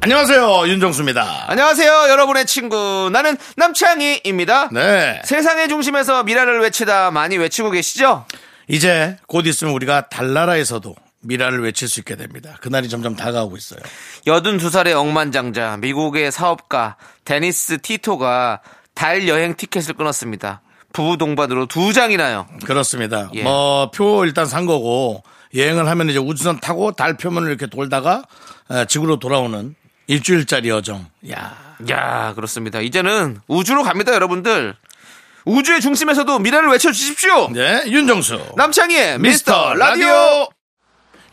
안녕하세요 윤정수입니다. 안녕하세요, 여러분의 친구. 나는 남창희입니다. 네 세상의 중심에서 미라를 외치다 많이 외치고 계시죠? 이제 곧 있으면 우리가 달나라에서도 미라를 외칠 수 있게 됩니다. 그날이 점점 다가오고 있어요. 82살의 억만장자, 미국의 사업가, 데니스 티토가 달 여행 티켓을 끊었습니다. 부부 동반으로 두 장이나요. 그렇습니다. 예. 뭐 표 일단 산 거고 여행을 하면 이제 우주선 타고 달 표면을 이렇게 돌다가 에, 지구로 돌아오는 일주일짜리 여정. 야 야 그렇습니다. 이제는 우주로 갑니다, 여러분들. 우주의 중심에서도 미라를 외쳐주십시오! 네, 윤정수. 남창희의 미스터 미스터 라디오! 라디오.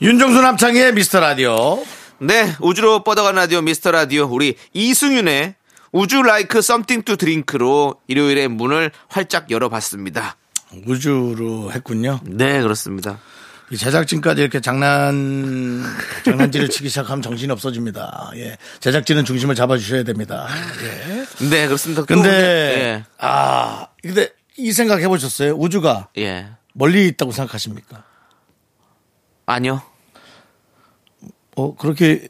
윤정수 남창희의 미스터 라디오. 네, 우주로 뻗어가는 라디오 미스터 라디오 우리 이승윤의 우주 라이크 썸띵 투 드링크로 일요일에 문을 활짝 열어봤습니다. 우주로 했군요. 네, 그렇습니다. 이 제작진까지 이렇게 장난 장난질을 치기 시작하면 정신이 없어집니다. 예. 제작진은 중심을 잡아 주셔야 됩니다. 예. 네, 그렇습니다. 또 근데 아, 근데 이 생각 해 보셨어요? 우주가 예, 예. 멀리 있다고 생각하십니까? 아니요. 어, 그렇게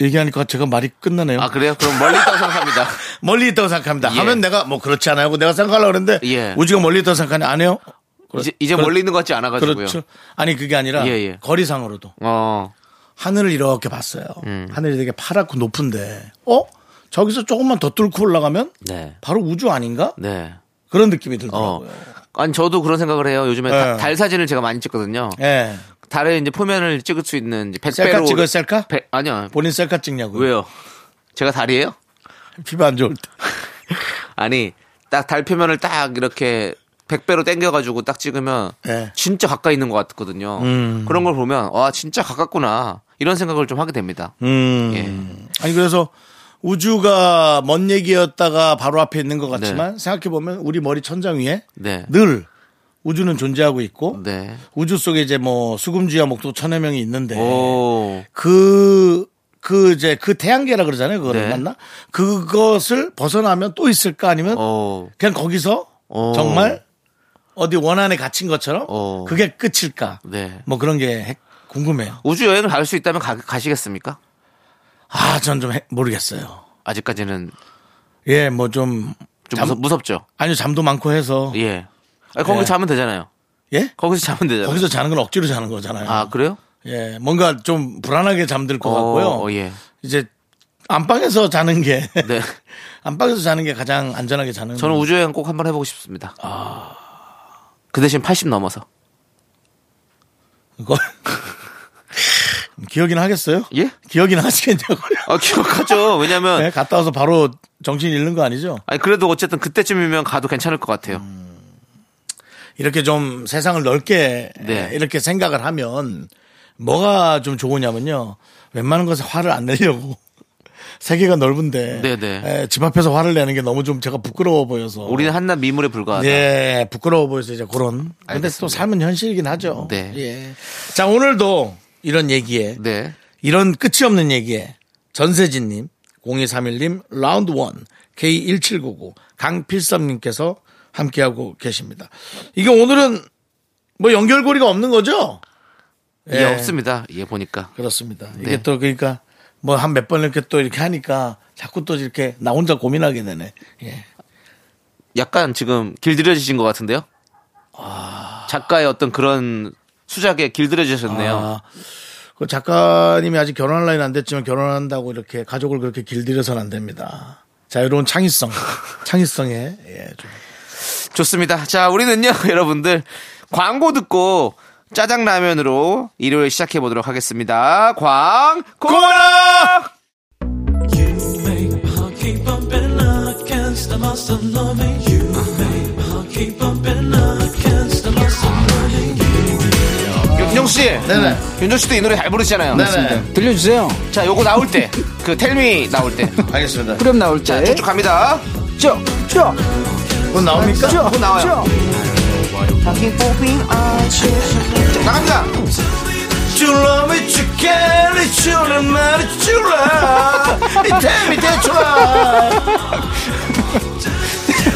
얘기하니까 제가 말이 끝나네요. 아 그래요? 그럼 멀리 있다고 생각합니다. 멀리 있다고 생각합니다. 예. 하면 내가 뭐 그렇지 않아요. 하고 내가 생각하려고 그랬는데 예. 우주가 멀리 있다고 생각하니 안 해요? 그렇- 이제 이제 그렇- 멀리 있는 것 같지 않아가지고요. 그렇죠. 아니 그게 아니라 예, 예. 거리상으로도 어, 하늘을 이렇게 봤어요. 음. 하늘이 되게 파랗고 높은데 어? 저기서 조금만 더 뚫고 올라가면 네, 바로 우주 아닌가? 네. 그런 느낌이 어, 들더라고요. 아니 저도 그런 생각을 해요. 요즘에 예. 다- 달 사진을 제가 많이 찍거든요. 예. 달의 이제 표면을 찍을 수 있는 이제 100배로 셀카 찍어요, 셀카? 백- 아니요. 본인 셀카 찍냐고요. 왜요? 제가 달이에요? 피부 안 좋을 때. 아니 딱 달 표면을 딱 이렇게 100배로 당겨가지고 딱 찍으면 예. 음. 진짜 가까이 있는 것 같거든요. 그런 걸 보면 와 진짜 가깝구나 이런 생각을 좀 하게 됩니다. 예. 음. 아니 그래서 우주가 먼 얘기였다가 바로 앞에 있는 것 같지만 생각해 보면 우리 머리 천장 위에 네. 늘 우주는 존재하고 있고 네. 우주 속에 이제 뭐 수금지와 목도 천여 명이 있는데 오. 그, 그 이제 그 태양계라 그러잖아요. 그거를 네. 맞나? 그것을 벗어나면 또 있을까 아니면 어. 그냥 거기서 어. 정말 어디 원안에 갇힌 것처럼 어. 그게 끝일까? 네. 뭐 그런 게 해- 궁금해요. 우주 여행을 갈 수 있다면 가, 가시겠습니까? 아, 전 좀 모르겠어요. 아직까지는 예, 뭐 좀. 좀 잠- 무섭, 무섭죠. 아니요, 잠도 많고 해서. 예? 예. 아니, 거기 네. 자면 되잖아요. 거기서 자면 되잖아요. 거기서 자는 건 억지로 자는 거잖아요. 아 그래요? 예, 뭔가 좀 불안하게 잠들 것 어, 같고요. 어, 예. 이제 안방에서 자는 게 네. 안방에서 자는 게 가장 안전하게 자는. 저는 우주 여행 꼭 한번 해보고 싶습니다. 아. 그 대신 80 넘어서. 그거 기억이나 하겠어요? 예? 기억이나 하시겠냐고요? 아 기억하죠. 왜냐면 네, 갔다 와서 바로 정신 잃는 거 아니죠? 아니 그래도 어쨌든 그때쯤이면 가도 괜찮을 것 같아요. 음. 이렇게 좀 세상을 넓게 네. 이렇게 생각을 하면 뭐가 좀 좋으냐면요. 웬만한 것에 화를 안 내려고 세계가 넓은데 네네. 예, 집 앞에서 화를 내는 게 너무 좀 제가 부끄러워 보여서 우리는 한낱 미물에 불과하다. 예, 부끄러워 보여서 이제 그런. 근데 알겠습니다. 또 삶은 현실이긴 하죠. 네. 예. 자, 오늘도 이런 얘기에 네. 이런 끝이 없는 얘기에 전세진님, 0231님, 라운드 원 K1799, 강필섭님께서 함께하고 계십니다. 이게 오늘은 뭐 연결고리가 없는 거죠? 예. 예. 없습니다. 예 보니까. 그렇습니다. 이게 네. 또 그러니까 뭐 한 몇 번 이렇게 또 이렇게 하니까 자꾸 또 이렇게 나 혼자 고민하게 되네. 예. 약간 지금 길들여지신 것 같은데요. 작가의 어떤 그런 수작에 길들여지셨네요. 아, 그 작가님이 아직 결혼할 나이는 안 됐지만 결혼한다고 이렇게 가족을 그렇게 길들여서는 안 됩니다. 자유로운 창의성, 창의성에 예, 좀 좋습니다. 자 우리는요 여러분들 광고 듣고 짜장라면으로 일요일 시작해 보도록 하겠습니다. 광고. You make my heart keep bumping I can't stop myself loving you make my heart keep bumping I can't stop myself loving you 윤정 씨. 네네. 윤정 씨도 이 노래 잘 부르시잖아요. 네네. 들려주세요. 자, 요거 나올 때. 그 텔미 나올 때. 알겠습니다. 그럼 나올 네? 때. 쭉쭉 갑니다. 쭉, 쭉, 그건 나옵니까? 쭉, 쭉뭐 나와요. 쭉. 자, 나갑니다. You love me, you care, it's you, I'm not you, love. It tell me that you love.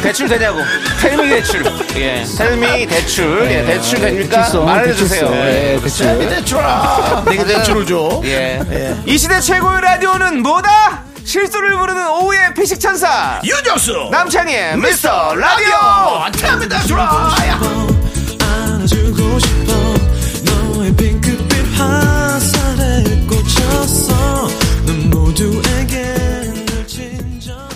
대출 되냐고. 텔미 대출. 예. 텔미 대출. 예, 대출 됩니까? 대출성, 말해주세요. 대출성. 네, 예. 예, Tell 그치. me that you love. 내가 대출을 줘. 네, 예. 이 시대 최고의 라디오는 뭐다? 실수를 부르는 오후의 피식천사. 유정수. 남창희의 미스터 라디오! 어, tell me that you love. 안아주고 싶어 너의 핑크빛 화살에 꽂혔어 넌 모두에게 늘 친절해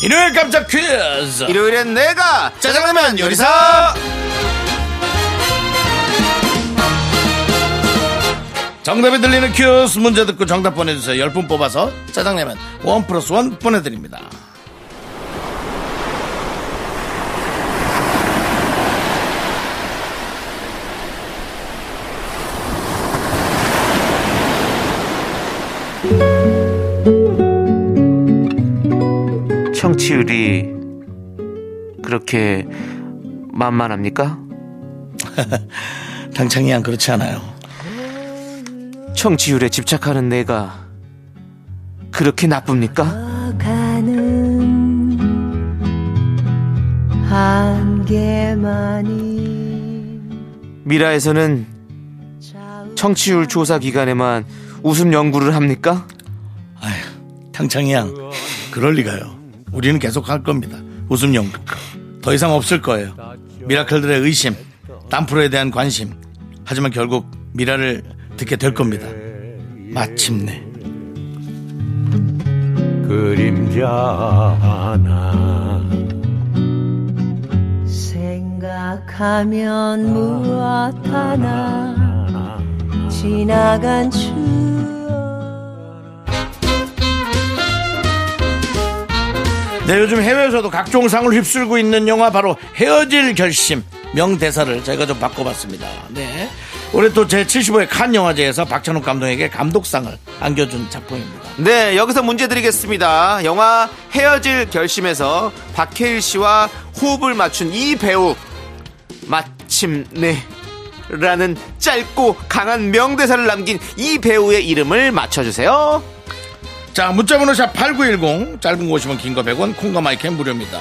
일요일 깜짝 퀴즈. 일요일엔 내가 짜장라면 요리사. 정답이 들리는 퀴즈 문제 듣고 정답 보내주세요. 열 분 뽑아서 짜장라면 원 플러스 원 보내드립니다. 청취율이 그렇게 만만합니까? 당창이 양 그렇지 않아요. 청취율에 집착하는 내가 그렇게 나쁩니까? 가는 한계만이 미라에서는 청취율 조사 기간에만 웃음 연구를 합니까? 아휴, 당창이 양 그럴 리가요. 우리는 계속 할 겁니다. 웃음 연구. 더 이상 없을 거예요. 미라클들의 의심, 딴프로에 대한 관심. 하지만 결국 미라를 듣게 될 겁니다. 마침내. 그림자 하나 생각하면 무엇 하나 지나간 추억 네, 요즘 해외에서도 각종 상을 휩쓸고 있는 영화 바로 헤어질 결심 명대사를 제가 좀 바꿔봤습니다. 네. 올해 또 제75회 칸 영화제에서 박찬욱 감독에게 감독상을 안겨준 작품입니다. 네, 여기서 문제 드리겠습니다. 영화 헤어질 결심에서 박해일 씨와 호흡을 맞춘 이 배우 마침내 라는 짧고 강한 명대사를 남긴 이 배우의 이름을 맞춰주세요. 자, 문자번호 샵8910, 짧은 거 50원, 긴 거 100원, 콩과 마이크는 무료입니다.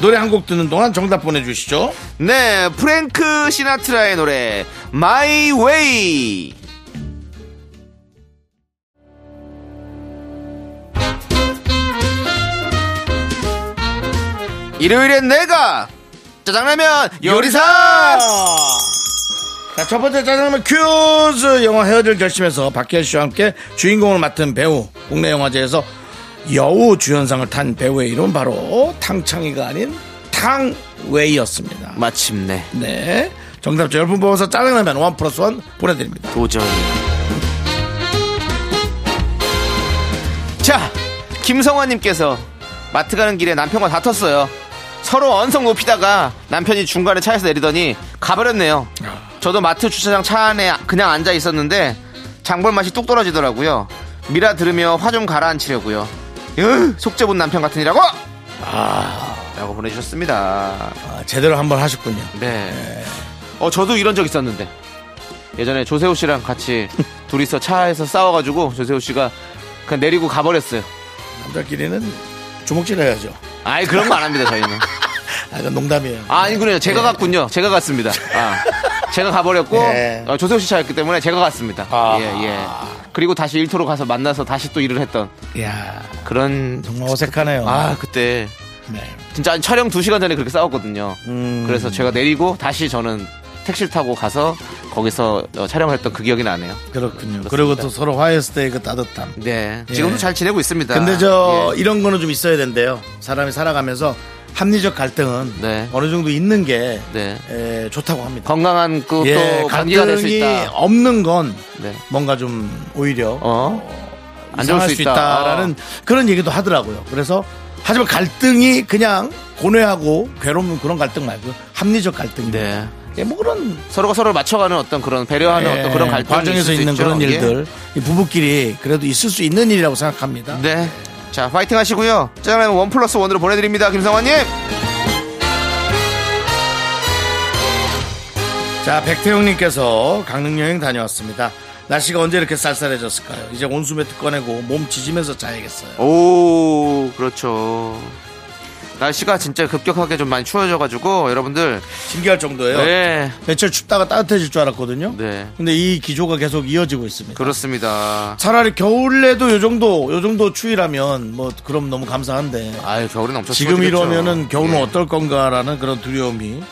노래 한 곡 듣는 동안 정답 보내주시죠. 네, 프랭크 시나트라의 노래 마이 웨이. 일요일엔 내가 짜장라면 요리사. 자, 첫 번째 짜장면 큐즈 영화 헤어질 결심에서 박혜일 씨와 함께 주인공을 맡은 배우 국내 영화제에서 여우 주연상을 탄 배우의 이름 은 바로 탕창이가 아닌 탕웨이였습니다. 마침내 네. 정답자 10분 뽑아서 짜장라면 원 플러스 원 보내드립니다. 도전이. 자, 김성환님께서 마트 가는 길에 남편과 다퉜어요. 서로 언성 높이다가 남편이 중간에 차에서 내리더니 가버렸네요. 저도 마트 주차장 차 안에 그냥 앉아 있었는데 장볼 맛이 뚝 떨어지더라고요. 미라 들으며 화 좀 가라앉히려고요. 으, 속죄본 남편 같으니라고! 라고 보내주셨습니다. 아, 제대로 한번 하셨군요. 네. 어, 저도 이런 적 있었는데. 예전에 조세호 씨랑 같이 둘이서 차에서 싸워가지고 조세호 씨가 그냥 내리고 가버렸어요. 남자끼리는 주먹질 해야죠. 아이, 그런 거 안 합니다, 저희는. 아, 이건 농담이에요. 아, 아니군요. 제가 갔군요. 제가 갔습니다. 아, 제가 가버렸고, 네. 어, 조세호 씨 차였기 때문에 제가 갔습니다. 아. 예, 예. 그리고 다시 일터로 가서 만나서 다시 또 일을 했던 이야, 그런. 정말 어색하네요. 아, 그때. 네. 진짜 한 촬영 2시간 전에 그렇게 싸웠거든요. 음. 그래서 제가 내리고 다시 저는 택시를 타고 가서 거기서 어, 촬영을 했던 그 기억이 나네요. 그렇군요. 그리고 또 서로 화해했을 때의 그 따뜻함. 네. 지금도 예. 잘 지내고 있습니다. 근데 저 예. 이런 거는 좀 있어야 된대요. 사람이 살아가면서 합리적 갈등은 네. 어느 정도 있는 게 네. 에, 좋다고 합니다. 건강한 그또 예, 관계가 될 수 갈등이 있다. 없는 건 네. 뭔가 좀 오히려 어? 안 좋을 이상할 수 수 있다. 있다라는 그런 얘기도 하더라고요. 그래서 하지만 갈등이 그냥 고뇌하고 괴로운 그런 갈등 말고 합리적 갈등. 네. 예, 뭐 그런 서로가 서로를 맞춰가는 어떤 그런 배려하는 예, 어떤 네, 그런 갈등이 과정에서 있을 수 있는 있죠. 그런 예. 일들 이 부부끼리 그래도 있을 수 있는 일이라고 생각합니다. 네. 자, 파이팅 하시고요. 짜장면 원 플러스 원으로 보내드립니다. 김성환님. 자, 백태용님께서 강릉 여행 다녀왔습니다. 날씨가 언제 이렇게 쌀쌀해졌을까요? 이제 온수매트 꺼내고 몸 지지면서 자야겠어요. 오, 그렇죠. 날씨가 진짜 급격하게 좀 많이 추워져가지고 여러분들. 신기할 정도예요. 네. 며칠 춥다가 따뜻해질 줄 알았거든요. 네. 근데 이 기조가 계속 이어지고 있습니다. 그렇습니다. 차라리 겨울에도 요 정도, 요 정도 추위라면 뭐 그럼 너무 감사한데 아유, 겨울은 엄청 지금 추워지겠죠. 이러면은 겨울은 예. 어떨 건가라는 그런 두려움이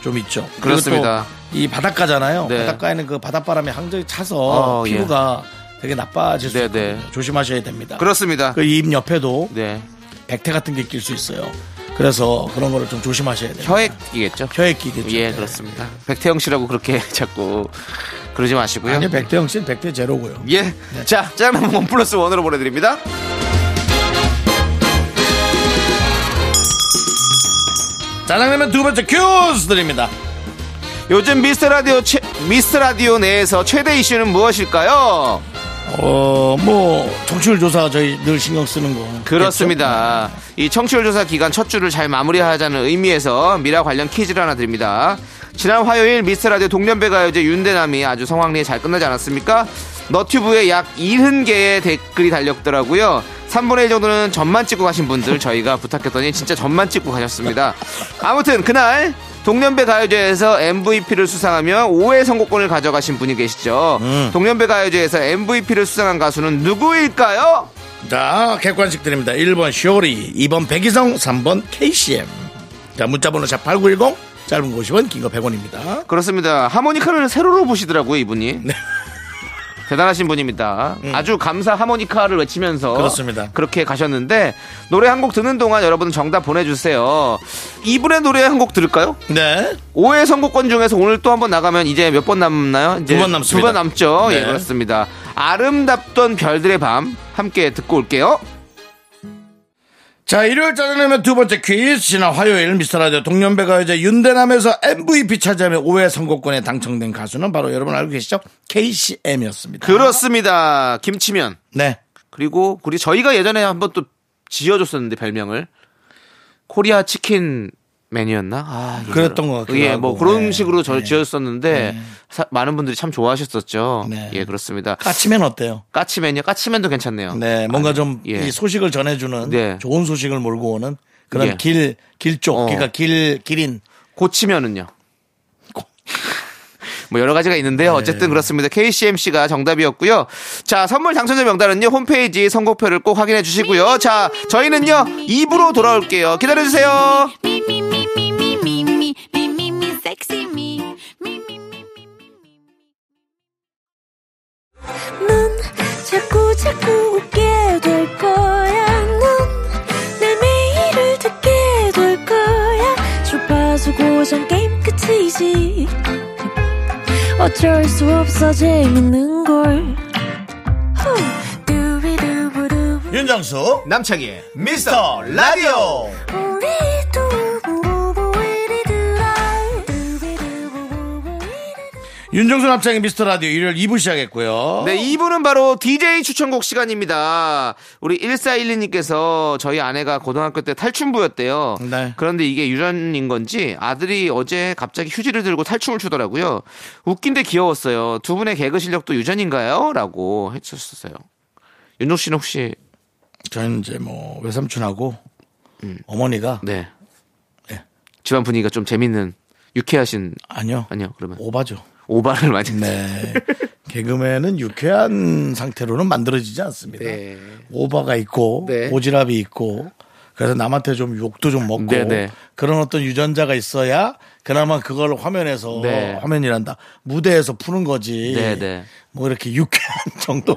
좀 있죠. 그리고 그렇습니다. 또이 바닷가잖아요. 네. 바닷가에는 그 바닷바람이 항저리 차서 어, 예. 피부가 되게 나빠질 수 네, 있거든요. 네. 조심하셔야 됩니다. 그렇습니다. 그 입 옆에도 아. 네. 백태 같은 게 낄 수 있어요. 그래서 그런 거를 좀 조심하셔야 돼요. 혀액이겠죠. 혀액 끼겠죠. 예, 그렇습니다. 백태영 씨라고 그렇게 자꾸 그러지 마시고요. 아니 백태영 씨는 백태 제로고요. 예. 자, 짜장면 원 플러스 원으로 보내드립니다. 짜장라면 두 번째 큐스 드립니다. 요즘 미스터 라디오 최, 미스터 라디오 내에서 최대 이슈는 무엇일까요? 어, 뭐 정치율 조사 저희 늘 신경 쓰는 거. 그렇습니다. 이 청취율 조사 기간 첫 주를 잘 마무리하자는 의미에서 미라 관련 퀴즈를 하나 드립니다. 지난 화요일 미스터 라디오 동년배 가요제 윤대남이 아주 성황리에 잘 끝나지 않았습니까? 너튜브에 약 70개의 댓글이 달렸더라고요. 3분의 1 정도는 점만 찍고 가신 분들 저희가 부탁했더니 진짜 점만 찍고 가셨습니다. 아무튼 그날 동년배 가요제에서 MVP를 수상하며 5회 선곡권을 가져가신 분이 계시죠. 동년배 가요제에서 MVP를 수상한 가수는 누구일까요? 자, 객관식 드립니다. 1번 쇼리, 2번 백이성, 3번 KCM. 자, 문자번호 샵 8910, 짧은 거 50원, 긴 거 100원입니다. 그렇습니다. 하모니카를 세로로 보시더라고요, 이분이. 네. 대단하신 분입니다. 아주 감사 하모니카를 외치면서 음. 그렇습니다. 그렇게 가셨는데 노래 한 곡 듣는 동안 여러분 정답 보내주세요. 이분의 노래 한 곡 들을까요? 네. 5회 선곡권 중에서 오늘 또 한 번 나가면 이제 몇 번 남나요? 이제 두번 남습니다. 두번 남죠. 네. 예, 그렇습니다. 아름답던 별들의 밤 함께 듣고 올게요. 자, 일요일 짜장라면 두 번째 퀴즈. 지난 화요일 미스터라디오 동년배가요제 윤대남에서 MVP 차지하며 5회 선곡권에 당첨된 가수는 바로 여러분 알고 계시죠? KCM이었습니다. 그 그렇습니다. 김치면 네. 그리고 우리 저희가 예전에 한 번 또 지어줬었는데 별명을 코리아 치킨 맨이었나? 아, 이거. 그랬던 것 같기도 예, 뭐 하고. 그런 네. 식으로 저 지었었는데 사- 많은 분들이 참 좋아하셨었죠. 네. 예, 그렇습니다. 까치면 어때요? 까치맨요, 까치맨도 괜찮네요. 네, 뭔가 아니, 좀 예. 이 소식을 전해주는 네. 좋은 소식을 몰고 오는 그런 예. 길, 길 쪽, 어. 그러니까 길, 길인. 고치면은요. 고- 뭐 여러 가지가 있는데요. 네. 어쨌든 그렇습니다. KCMC가 정답이었고요. 자, 선물 당첨자 명단은요. 홈페이지 선곡표를 꼭 확인해 주시고요. 자, 저희는요. 2부로 돌아올게요. 기다려 주세요. Me, me, me, me, me, me, me, me, me, me, sexy me. Me, me, me, me, me, 넌 자꾸 자꾸 웃게 될 거야. 넌내 매일을 듣게 될 거야. 주파수 고정 게임 끝이지. 어쩔 수 없어 재밌는 걸. 후. 두비두부두부. 윤정수, 남창희의 미스터 라디오. 우리 두부부부 우리들아. 두비두부부부 우리들아. 윤정수 남창의 미스터 라디오 일요일 2부 시작했고요. 네, 이분은 바로 DJ 추천곡 시간입니다. 우리 1412님께서 저희 아내가 고등학교 때 탈춤부였대요. 네. 그런데 이게 유전인 건지 아들이 어제 갑자기 휴지를 들고 탈춤을 추더라고요. 웃긴데 귀여웠어요. 두 분의 개그 실력도 유전인가요? 라고 했었어요. 윤종 씨는 혹시 저희는 이제 뭐 외삼촌하고 어머니가 네. 네. 집안 분위기가 좀 재밌는 유쾌하신 아니요. 아니요. 그러면 오바죠. 오바를 많이 네. 개그맨은 유쾌한 상태로는 만들어지지 않습니다. 네. 오바가 있고 네. 오지랖이 있고 그래서 남한테 좀 욕도 좀 먹고 네, 네. 그런 어떤 유전자가 있어야 그나마 그걸 화면에서 네. 화면이란다 무대에서 푸는 거지 네, 네. 뭐 이렇게 유쾌한 정도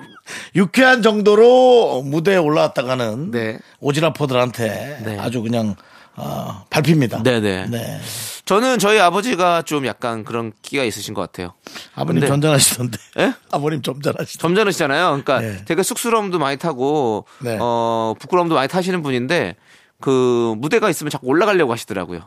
유쾌한 정도로 무대에 올라왔다가는 네. 오지랖퍼들한테 네. 아주 그냥 어, 밟힙니다. 네, 네. 네. 저는 저희 아버지가 좀 약간 그런 끼가 있으신 것 같아요. 아버님 근데- 점잖하시던데. 예? 아버님 점잖하시던데. 점잖으시잖아요. 그러니까 네. 되게 쑥스러움도 많이 타고 네. 어 부끄러움도 많이 타시는 분인데 그 무대가 있으면 자꾸 올라가려고 하시더라고요. 네.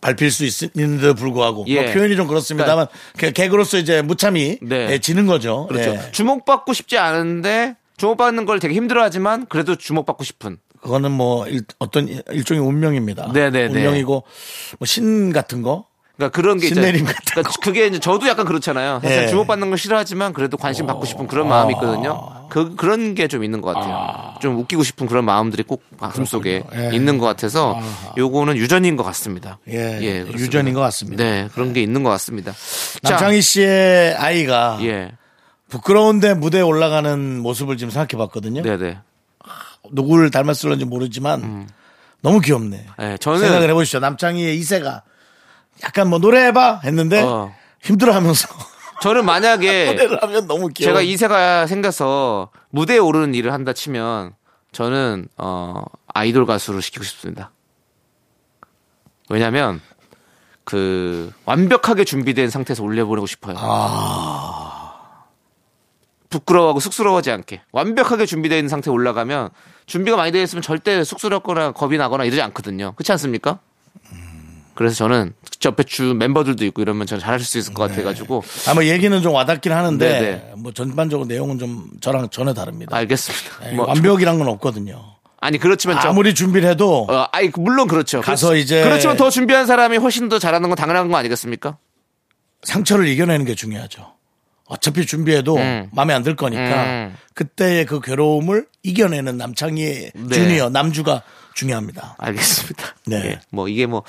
밟힐 수 있, 있는데도 불구하고 예. 그러니까 뭐 표현이 좀 그렇습니다만 개- 개그로서 이제 무참히 네. 예, 지는 거죠. 그렇죠. 예. 주목받고 싶지 않은데 주목받는 걸 되게 힘들어하지만 그래도 주목받고 싶은. 그거는 뭐 일- 어떤 일종의 운명입니다. 네, 네, 네. 운명이고 뭐 신 같은 거 그러니까 그런 게 신내림 있잖아요. 같은 그러니까 그게 이제 저도 약간 그렇잖아요. 사실 예. 주목받는 걸 싫어하지만 그래도 관심 받고 싶은 그런 마음이 아. 있거든요. 그 그런 게 좀 있는 것 같아요. 좀 웃기고 싶은 그런 마음들이 꼭 가슴 속에 예. 있는 것 같아서 요거는 유전인 것 같습니다. 예, 그렇습니다. 유전인 것 같습니다. 예. 네, 그런 게 있는 것 같습니다. 남창희 씨의 아이가 자, 예, 부끄러운데 무대에 올라가는 모습을 지금 생각해 봤거든요. 네, 네. 누구를 닮았을런지 모르지만 너무 귀엽네. 예, 저는 생각을 해보십시오. 남창희의 이세가 약간 뭐 노래해봐 했는데 아, 네, 어. 힘들어하면서 저는 만약에 노래를 하면 너무 귀여워. 제가 이세가 생겨서 무대에 오르는 일을 한다 치면 저는 어 아이돌 가수로 시키고 싶습니다. 왜냐면 그 완벽하게 준비된 상태에서 올려보내고 싶어요. 부끄러워하고 쑥스러워하지 않게 완벽하게 준비되어 있는 상태에 올라가면 준비가 많이 되어 있으면 절대 쑥스럽거나 겁이 나거나 이러지 않거든요. 그렇지 않습니까? 그래서 저는 옆에 주 멤버들도 있고 이러면 저는 잘하실 수 있을 것 같아가지고 아마 얘기는 좀 와닿긴 하는데 네, 네. 뭐 전반적으로 내용은 좀 저랑 전혀 다릅니다. 알겠습니다. 예, 뭐 완벽이란 건 없거든요. 아니 그렇지만 저- 아무리 준비를 해도 어, 아니 물론 그렇죠. 가서 그렇지- 이제- 그렇지만 더 준비한 사람이 훨씬 더 잘하는 건 당연한 거 아니겠습니까? 상처를 이겨내는 게 중요하죠. 어차피 준비해도 음. 마음에 안 들 거니까 음. 그때의 그 괴로움을 이겨내는 남창희의 네. 주니어 남주가 중요합니다. 알겠습니다. 네. 예, 뭐 이게 뭐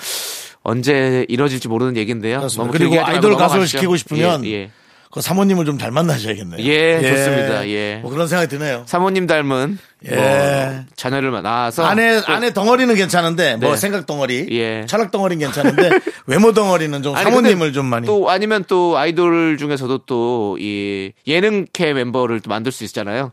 언제 이뤄질지 모르는 얘기인데요. 그렇습니다. 너무 그리고 길게 하지 말고 아이돌 가수를 넘어가시죠. 시키고 싶으면 예, 예. 그 사모님을 좀 잘 만나셔야겠네요. 예, 좋습니다. 예. 뭐 그런 생각이 드네요. 사모님 닮은 예. 뭐 자녀를 낳아서 아내 아내 덩어리는 괜찮은데 뭐 네. 생각 덩어리, 예. 철학 덩어리는 괜찮은데 외모 덩어리는 좀 아니, 사모님을 근데 좀 많이 또 아니면 또 아이돌 중에서도 또 이 예능계 멤버를 또 만들 수 있잖아요.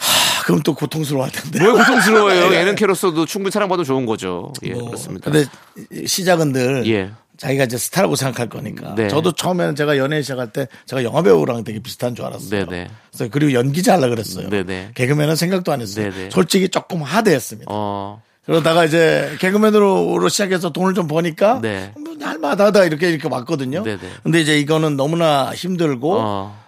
아, 그럼 또 고통스러워할 텐데. 뭘 고통스러워요. 예능캐로서도 충분히 사랑받으면 좋은 거죠. 예, 뭐, 그렇습니다. 근데 이- 시작은 늘 예. 자기가 이제 스타라고 생각할 거니까. 네. 저도 처음에는 제가 연애 시작할 때 제가 영화 배우랑 되게 비슷한 줄 알았어요. 네, 네. 그래서 그리고 연기자 하려 그랬어요. 네, 네. 개그맨은 생각도 안 했어요. 네, 네. 솔직히 조금 하대했습니다. 어. 그러다가 이제 개그맨으로 시작해서 돈을 좀 버니까 네. 뭐 할만하다 이렇게 이렇게 왔거든요. 네, 네. 근데 이제 이거는 너무나 힘들고 어.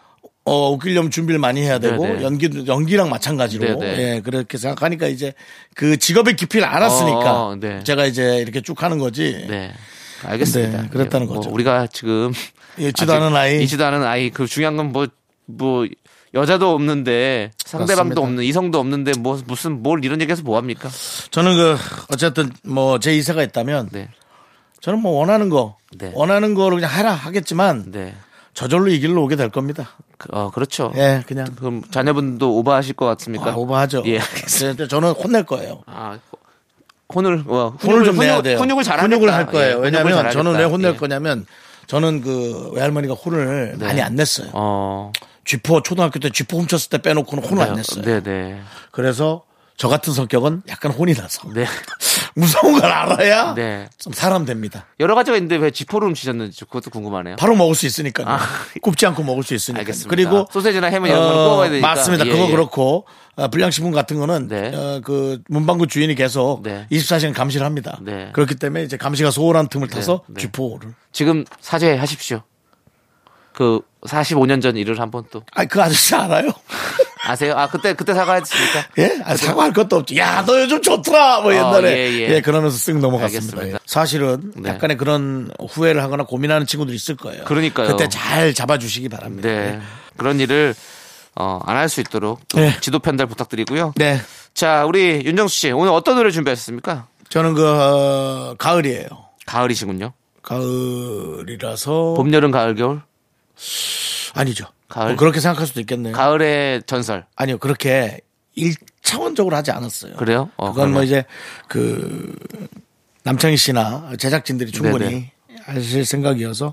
어, 웃기려면 준비를 많이 해야 되고 네네. 연기 연기랑 마찬가지로 네네. 예, 그렇게 생각하니까 이제 그 직업의 깊이를 알았으니까 어, 어, 네. 제가 이제 이렇게 쭉 하는 거지. 네. 알겠습니다. 네, 그랬다는 예, 뭐 거죠. 우리가 지금 예, 잊지도 아직 않은 아이. 잊지도 않은 아이. 그 중요한 건 뭐 뭐 여자도 없는데 상대방도 그렇습니다. 없는 이성도 없는데 뭐 무슨 뭘 이런 얘기해서 뭐 합니까? 저는 그 어쨌든 뭐 제 이사가 있다면 네. 저는 뭐 원하는 거 네. 원하는 거를 그냥 하라 하겠지만 네. 저절로 이 길로 오게 될 겁니다. 그, 어, 그렇죠. 예, 그냥 그럼 자녀분도 오바하실 것 같습니까? 아, 오버하죠. 예. 근데 저는 혼낼 거예요. 아, 혼을 어, 혼을 좀 훈육- 내야 돼요. 훈육을 예. 잘 훈육을 할 거예요. 왜냐하면 하 저는 왜 혼낼 거냐면 저는 그 외할머니가 혼을 네. 많이 안 냈어요. 어. 쥐포 초등학교 때 쥐포 훔쳤을 때 빼놓고는 혼을 안 냈어요. 네, 네. 그래서 저 같은 성격은 약간 혼이 나서 네. 무서운 걸 알아야 네. 좀 사람 됩니다. 여러 가지가 있는데 왜 지퍼를 훔치셨는지 그것도 궁금하네요. 바로 먹을 수 있으니까요. 아. 굽지 않고 먹을 수 있으니까. 알겠습니다. 그리고 소세지나 햄은 여러 번은 구워 먹어야 되니까. 맞습니다. 예, 그거 예. 그렇고 어, 불량식품 같은 거는 네. 어, 그 문방구 주인이 계속 네. 24시간 감시를 합니다. 네. 그렇기 때문에 이제 감시가 소홀한 틈을 타서 네. 쥐포를. 지금 사죄하십시오. 그 45년 전 일을 한번 또 아, 그 아저씨 알아요? 아세요? 아 그때 그때 사과했습니까? 예? 아, 사과할 것도 없지. 야, 너 요즘 좋더라! 뭐 옛날에. 예, 예. 예, 그러면서 쓱 넘어갔습니다. 알겠습니다. 예. 사실은 네. 약간의 그런 후회를 하거나 고민하는 친구들이 있을 거예요. 그러니까요. 그때 잘 잡아주시기 바랍니다. 네 그런 일을 어, 안 할 수 있도록 또 네. 지도 편달 부탁드리고요. 네. 자 우리 윤정수 씨 오늘 어떤 노래 준비하셨습니까? 저는 그, 어, 가을이에요. 가을이시군요. 가을이라서. 봄, 여름, 가을, 겨울. 아니죠. 가을? 뭐 그렇게 생각할 수도 있겠네요. 가을의 전설. 아니요. 그렇게 일차원적으로 하지 않았어요. 그래요? 어, 그건 뭐 그러면. 이제 그 남창희 씨나 제작진들이 충분히 하실 생각이어서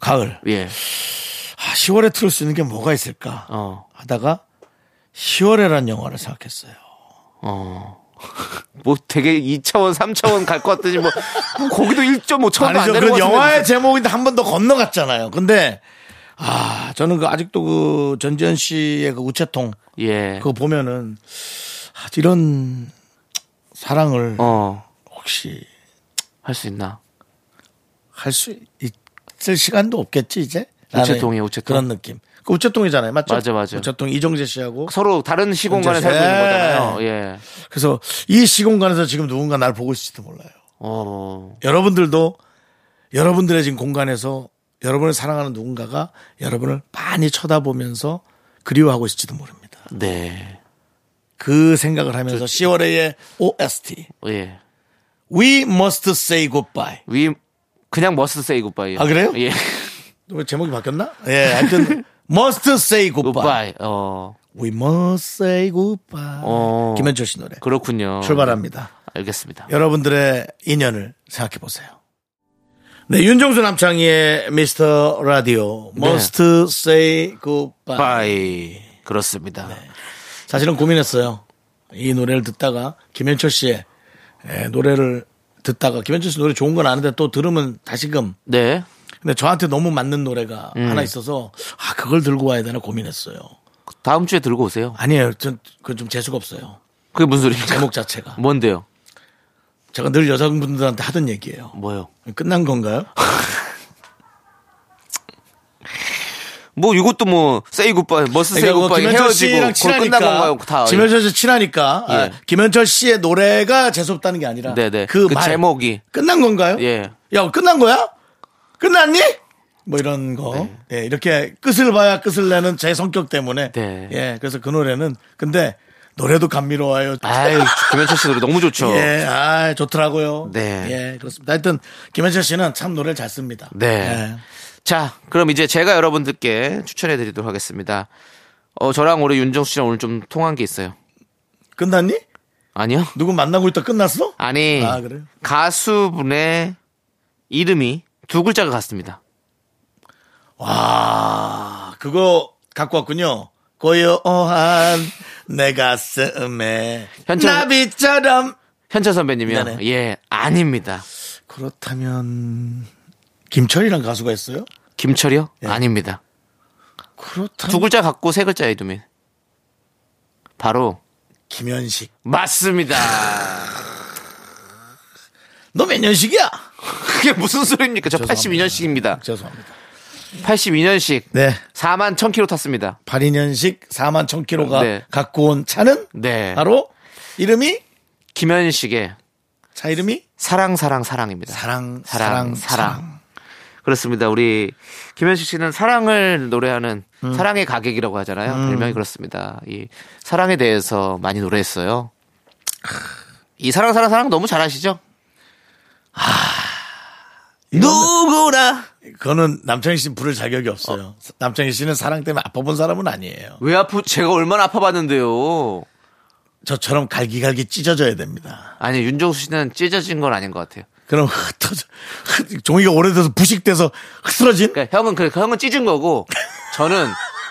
가을. 예. 아, 10월에 틀을 수 있는 게 뭐가 있을까 어. 하다가 10월에란 영화를 생각했어요. 뭐 되게 2차원, 3차원 갈 것 같더니 뭐 거기도 1.5차원도 안 아니죠. 되는 것 그 영화의 같은데. 제목인데 한 번 더 건너갔잖아요. 근데 아 저는 그 아직도 그 전지현 씨의 그 우체통 예. 그거 보면은 아, 이런 사랑을 어, 혹시 할 수 있나? 할 수 있을 시간도 없겠지 이제? 라는 우체통이에요, 우체통. 그런 느낌. 그 우체통이잖아요, 맞죠? 맞아, 맞아. 우체통 이정재 씨하고 서로 다른 시공간에 문제지. 살고 있는 네. 거잖아요. 예. 그래서 이 시공간에서 지금 누군가 날 보고 있을지도 몰라요. 어, 여러분들도 여러분들의 지금 공간에서 여러분을 사랑하는 누군가가 여러분을 많이 쳐다보면서 그리워하고 있을지도 모릅니다. 네. 그 생각을 하면서 10월의 OST 예. We Must Say Goodbye. 위 그냥 머스트 세이 굿바이. 아, 그래요? 예. 왜 제목이 바뀌었나? 예, 하여튼 Must Say Goodbye. 굿바이. 어. We Must Say Goodbye. 어. 김현철 씨 노래 그렇군요. 출발합니다. 알겠습니다. 여러분들의 인연을 생각해 보세요. 네, 윤정수 남창희의 미스터 라디오 Must Say Goodbye. 바이. 그렇습니다. 네. 사실은 고민했어요. 이 노래를 듣다가 김현철 씨의 예, 노래를 듣다가 김현철 씨 노래 좋은 건 아는데 또 들으면 다시금 네. 근데 저한테 너무 맞는 노래가 하나 있어서 아 그걸 들고 와야 되나 고민했어요. 다음 주에 들고 오세요. 아니에요, 전 그건 좀 재수가 없어요. 그게 무슨 소리입니까? 제목 자체가 뭔데요? 제가 늘 여자분들한테 하던 얘기예요. 뭐요? 끝난 건가요? 뭐 이것도 뭐 세이 굿바이, 머스트 세이 그러니까 뭐 굿바이 김현철 헤어지고 씨랑 그걸 끝난 건가요? 친하니까 다. 김현철 씨 친하니까 아, 예. 김현철 씨의 노래가 재수 없다는 게 아니라 네네. 그, 그 말. 제목이. 끝난 건가요? 예. 야 끝난 거야? 끝났니? 뭐 이런 거. 예, 이렇게 끝을 봐야 끝을 내는 제 성격 때문에. 네. 예, 그래서 그 노래는 근데 노래도 감미로워요. 아유, 김현철 씨 노래 너무 좋죠. 예, 아 좋더라고요. 네. 예, 그렇습니다. 하여튼 김현철 씨는 참 노래를 잘 씁니다. 예. 네. 자, 그럼 이제 제가 여러분들께 추천해 드리도록 하겠습니다. 어, 저랑 우리 윤정수 씨랑 오늘 좀 통한 게 있어요. 끝났니? 아니요? 누구 만나고 있다 끝났어? 아니, 아, 그래요? 가수분의 이름이 두 글자가 같습니다. 와, 아, 그거 갖고 왔군요. 고요한 내 가슴에 현철- 나비처럼 현철 선배님이요? 네네. 예, 아닙니다. 그렇다면 김철이란 가수가 있어요? 김철이요? 아닙니다. 그렇다면 두 글자 갖고 세 글자 이름이 바로 김현식. 맞습니다. 너 몇 년식이야? 그게 무슨 소리입니까? 저 82년식입니다. 죄송합니다. 82년식. 네. 4만 1000km 탔습니다. 82년식 4만 1000km가 네. 갖고 온 차는 네. 바로 이름이 김현식의 차 이름이 사랑 사랑 사랑입니다. 사랑 사랑 사랑. 그렇습니다. 우리 김현식 씨는 사랑을 노래하는 사랑의 가객이라고 하잖아요. 별명이 그렇습니다. 이 사랑에 대해서 많이 노래했어요. 이 사랑 사랑 사랑 너무 잘하시죠? 아, 누구나 그거는 남창희 씨는 부를 자격이 없어요. 남창희 씨는 사랑 때문에 아파본 사람은 아니에요. 왜 아프? 제가 얼마나 아파봤는데요. 저처럼 갈기갈기 찢어져야 됩니다. 아니 윤정수 씨는 찢어진 건 아닌 것 같아요. 그럼 흩어져 흩- 종이가 오래돼서 부식돼서 흐스러진 그러니까 형은 그 형은 찢은 거고 저는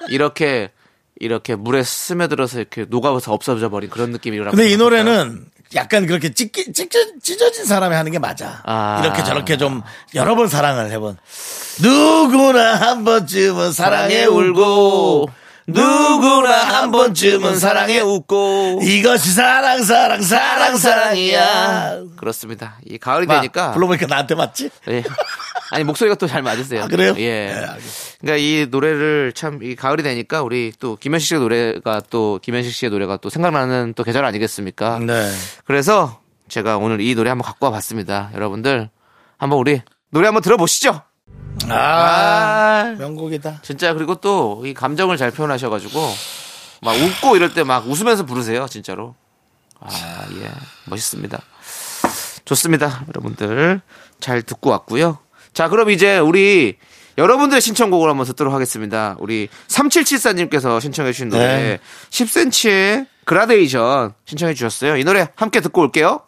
이렇게 이렇게 물에 스며들어서 이렇게 녹아서 없어져 버린 그런 느낌이라고. 근데 이 노래는 약간 그렇게 찢기, 찢겨, 찢어진 사람이 하는 게 맞아 아. 이렇게 저렇게 좀 여러 번 사랑을 해본 누구나 한 번쯤은 사랑에 울고 누구나 한 번쯤은 사랑에 웃고 이것이 사랑 사랑 사랑 사랑이야 그렇습니다. 이 가을이 막 되니까 불러보니까 나한테 맞지? 예. 아니 목소리가 또 잘 맞으세요. 아, 그래요? 예. 예, 알겠습니다. 그러니까 이 노래를 참 이 가을이 되니까 우리 또 김현식 씨의 노래가 또 김현식 씨의 노래가 또 생각나는 또 계절 아니겠습니까? 네 그래서 제가 오늘 이 노래 한번 갖고 와봤습니다. 여러분들 한번 우리 노래 한번 들어보시죠. 아, 아, 명곡이다 진짜 그리고 또 이 감정을 잘 표현하셔가지고 막 웃고 이럴 때 막 웃으면서 부르세요 진짜로 아 예 멋있습니다 좋습니다 여러분들 잘 듣고 왔고요 자 그럼 이제 우리 여러분들의 신청곡을 한번 듣도록 하겠습니다 우리 3774님께서 신청해 주신 노래 네. 10cm의 그라데이션 신청해 주셨어요 이 노래 함께 듣고 올게요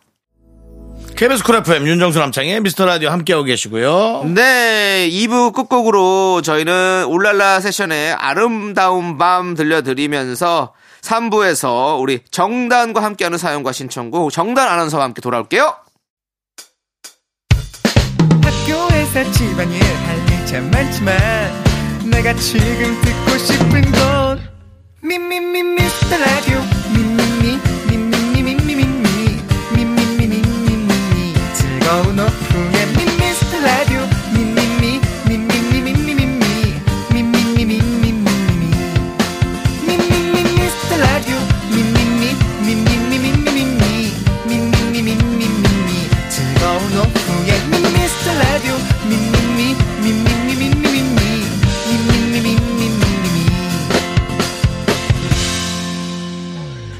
KBS 쿨 FM 윤정수 남창의 미스터라디오 함께하고 계시고요 네, 2부 끝곡으로 저희는 올랄라 세션의 아름다운 밤 들려드리면서 3부에서 우리 정단과 함께하는 사연과 신청곡 정단 아나운서와 함께 돌아올게요. 학교에서 집안일 할 일 참 많지만 내가 지금 듣고 싶은 건 미미미 미스터 라디오 미미미 미미미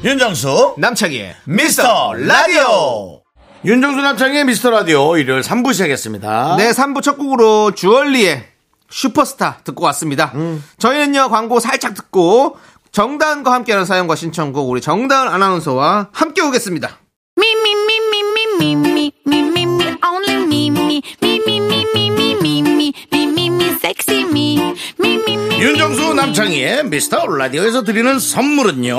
윤정수 남창희의 미스터 라디오 윤정수 남창의 미스터 라디오 일요일 3부 시작했습니다. 네, 3부 첫 곡으로 주얼리의 슈퍼스타 듣고 왔습니다. 음. 저희는요, 광고 살짝 듣고 정다은과 함께하는 사연과 신청곡 우리 정다은 아나운서와 함께 오겠습니다. Me, me, me, me, me, me, me, me, me, me, only me, me, me, me, me, me, me, me, me, me, me, me, sexy me, me, me, me. 윤정수 남창희의 미스터 라디오에서 드리는 선물은요.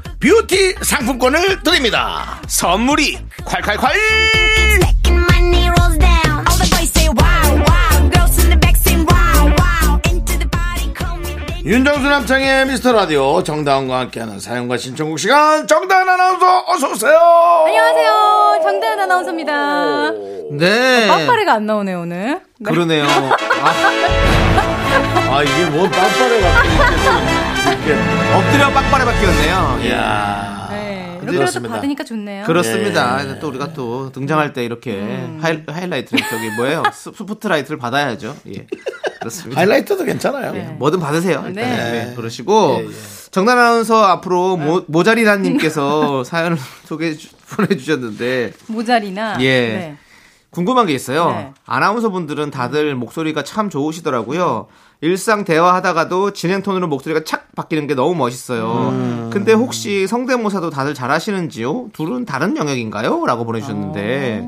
뷰티 상품권을 드립니다. 선물이 콸콸콸! Making money rolls down. All the boys say wow, wow. Girls in the back say wow, wow. Into the party, call me. baby. 윤정수 남창의 미스터 라디오 정다운과 함께하는 사연과 신청곡 시간 정다운 아나운서 어서 오세요. 안녕하세요. 정다은 아나운서입니다. 네. 빠빠레가 안 나오네요, 오늘. 네. 그러네요. 아, 아 이게 뭐 빡빡해가 이렇게. 엎드려 빡빡이 바뀌었네요. 예. 이야. 네. 이렇게라도 아, 그렇습니다. 받으니까 좋네요. 예. 그렇습니다. 또 우리가 또 등장할 때 이렇게 음. 하이, 하이라이트를 저기 뭐예요? 스- 스포트라이트를 받아야죠. 예. 그렇습니다. 하이라이트도 괜찮아요. 뭐든 받으세요. 일단. 네. 네, 그러시고 정단 아나운서 앞으로 모, 모자리나님께서 사연을 소개해 주- 보내주셨는데 모자리나. 예. 네. 궁금한 게 있어요. 네. 아나운서 분들은 다들 목소리가 참 좋으시더라고요. 일상 대화하다가도 진행 톤으로 목소리가 착 바뀌는 게 너무 멋있어요. 근데 혹시 성대모사도 다들 잘하시는지요? 둘은 다른 영역인가요? 라고 보내주셨는데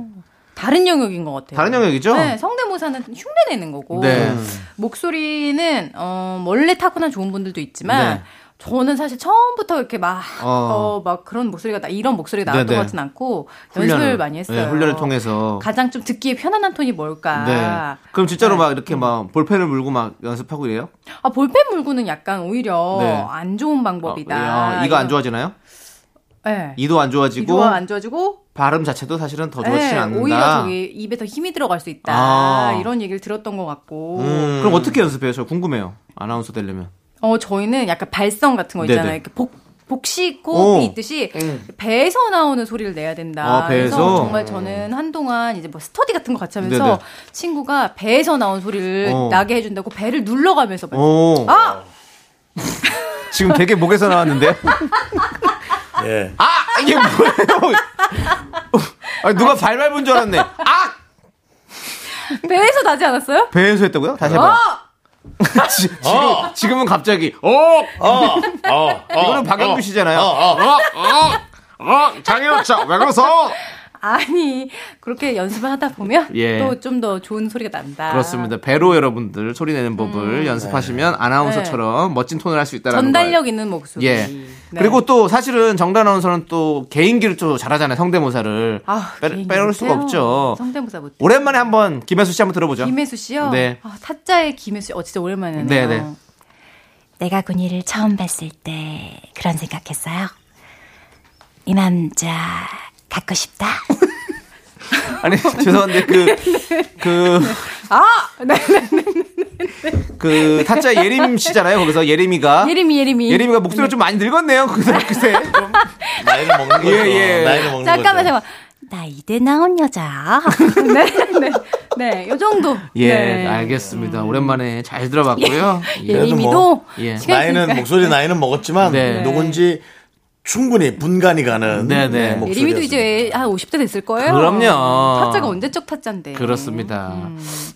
다른 영역인 것 같아요. 다른 영역이죠? 어. 네, 음. 성대모사는 흉내내는 거고 네. 목소리는 어, 원래 타고난 좋은 분들도 있지만 네. 저는 사실 처음부터 이렇게 막 어. 어, 막 그런 목소리가 나 이런 목소리가 나왔던 네, 네. 것 같진 않고 연습을 많이 했어요. 네, 훈련을 통해서. 가장 좀 듣기에 편안한 톤이 네. 뭘까? 그럼 진짜로 네. 막 이렇게 막 볼펜을 물고 막 연습하고 이래요? 아 볼펜 물고는 약간 오히려 네. 안 좋은 방법이다. 아, 아, 이거 안 이런- 좋아지나요? 네. 이도 안 좋아지고 음. 이도가 안 좋아지고 발음 자체도 사실은 더 좋아지진 네, 않는다. 오히려 저기 입에 더 힘이 들어갈 수 있다 아. 음. 이런 얘기를 들었던 것 같고 그럼 어떻게 연습해요? 저 궁금해요. 아나운서 되려면. 어 저희는 약간 발성 같은 거 있잖아요 네네. 이렇게 복 오. 복식호흡이 있듯이 배에서 나오는 소리를 내야 된다. 아, 배에서? 그래서 정말 저는 한동안 이제 뭐 스터디 같은 거 같이 하면서 네네. 친구가 배에서 나온 소리를 어. 나게 해준다고 배를 눌러가면서 막 오. 아! 지금 되게 목에서 나왔는데? 예. 아! 이게 뭐예요? 어, 아니, 누가 발 밟은 줄 알았네. 아! 배에서 나지 않았어요? 배에서 했다고요? 다시 해봐요. 어! 지, 지금, 지금은 갑자기, 어! 이거는 박영규 씨잖아요. 어! 장애업자, 왜 그러서? 아니 그렇게 연습을 하다 보면 예. 또 좀 더 좋은 소리가 난다. 그렇습니다. 배로 여러분들 소리 내는 법을 연습하시면 아나운서처럼 멋진 톤을 할 수 있다는 음. 네. 전달력 있는 목소리. 예. 네. 그리고 또 사실은 정다나운서는또 개인기를 또 잘하잖아요. 성대모사를. 아, 빼, 개인기 빼놓을 수가 못해요. 없죠. 성대모사 못해. 오랜만에 한번 김혜수 씨 한번 들어보죠. 김혜수 씨요. 네. 아, 타짜의 김혜수 씨. 어 진짜 오랜만이네요. 네, 네. 내가 군이를 처음 봤을 때 그런 생각했어요. 이 남자 갖고 싶다. 아니, 죄송한데 그, 그, 네, 아, 네, 네. 그, 타짜 예림 씨잖아요. 거기서 예림이가. 예림이 예림이. 예림이가 목소리가 좀 많이 늙었네요. 그새, 그새. 좀. 나이를 먹는 거죠. 예, 예. 나이를 먹는 잠깐만 거죠. 잠깐. 나 이대 나온 여자. 네, 네. 네, 요 정도. 예, 네. 알겠습니다. 오랜만에 잘 들어봤고요. 예. 그래도 예림이도 뭐, 예. 시간이 나이는 있으니까. 목소리 나이는 먹었지만 네. 누군지 충분히 분간이 가는 네, 네. 목소리였습니다. 예림이도 이제 한 50대 됐을 거예요. 그럼요. 타짜가 언제적 타짜인데. 그렇습니다.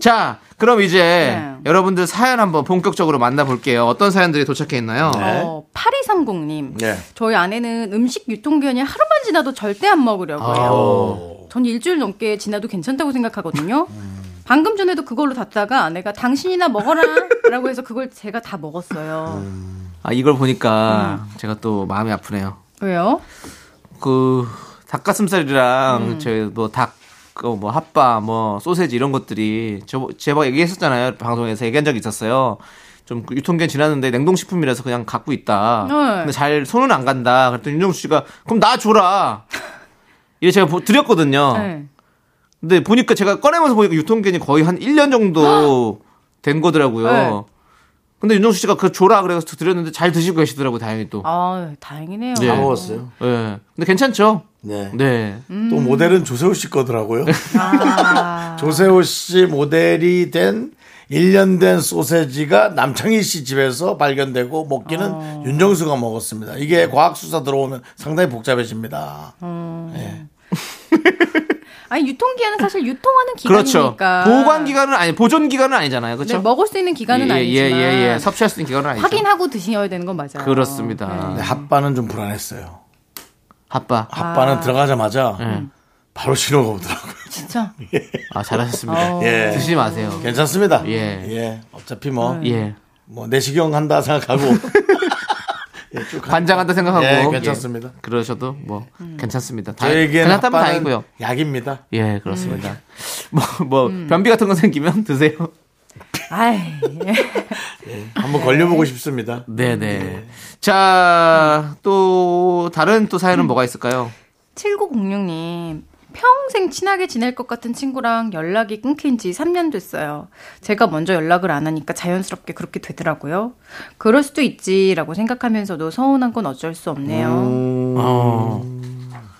자, 그럼 이제 음. 네. 여러분들 사연 한번 본격적으로 만나볼게요. 어떤 사연들이 도착해 있나요? 네. 어, 8230님. 예. 네. 저희 아내는 음식 유통기한이 하루만 지나도 절대 안 먹으려고 아. 해요. 전 일주일 넘게 지나도 괜찮다고 생각하거든요. 방금 전에도 그걸로 닫다가 아내가 당신이나 먹어라 라고 해서 그걸 제가 다 먹었어요. 아, 이걸 보니까 제가 또 마음이 아프네요. 왜요? 그 닭가슴살이랑 음. 저뭐 닭, 그뭐 핫바, 뭐 소세지 이런 것들이 저 제가 얘기했었잖아요 방송에서 얘기한 적이 있었어요. 좀 그 유통기한 지났는데 냉동식품이라서 그냥 갖고 있다. 네. 근데 잘 손은 안 간다. 그랬더니 윤정수 씨가 그럼 나 줘라. 이래 제가 보- 드렸거든요. 네. 근데 보니까 제가 꺼내면서 보니까 유통기한이 거의 한 1년 정도 된 거더라고요. 네. 근데 윤정수 씨가 그 줘라 그래서 드렸는데 잘 드시고 계시더라고요. 다행히 또. 아 다행이네요. 네. 아, 먹었어요. 예. 근데 괜찮죠? 네. 네. 음, 또 모델은 조세호 씨 거더라고요. 아, 조세호 씨 모델이 된 1년 된 소세지가 남창희 씨 집에서 발견되고 먹기는 어. 윤정수가 먹었습니다. 이게 과학수사 들어오면 상당히 복잡해집니다. 음. 아니 유통기한은 사실 유통하는 그렇죠. 기간이니까. 보관 기간은 아니 보존 기간은 아니잖아요. 그렇죠? 네, 먹을 수 있는 기간은 예, 예, 아니지만 예, 예. 섭취할 수 있는 기간은 아니죠. 확인하고 네. 드셔야 되는 건 맞아요. 그렇습니다. 근데 핫바는 좀 불안했어요. 아빠. 예. 핫바는 들어가자마자 바로 신호가 오더라고요. 네, 진짜. 아, 잘하셨습니다. 어. 예. 드시지 마세요. 괜찮습니다. 예. 어차피 뭐, 예. 뭐 내시경 한다 생각하고. 예, 쭉 관장한다 생각하고. 예, 괜찮습니다. 예. 그러셔도 뭐 음. 괜찮습니다. 다, 저에게는 괜찮다면 핫바는 다행이고요. 약입니다. 예, 그렇습니다. 뭐, 뭐, 변비 같은 거 생기면 드세요. 아이. 예. 한번 걸려보고 싶습니다. 네네. 자, 또, 다른 또 사연은 뭐가 있을까요? 7906님. 평생 친하게 지낼 것 같은 친구랑 연락이 끊긴 지 3년 됐어요. 제가 먼저 연락을 안 하니까 자연스럽게 그렇게 되더라고요. 그럴 수도 있지라고 생각하면서도 서운한 건 어쩔 수 없네요. 어.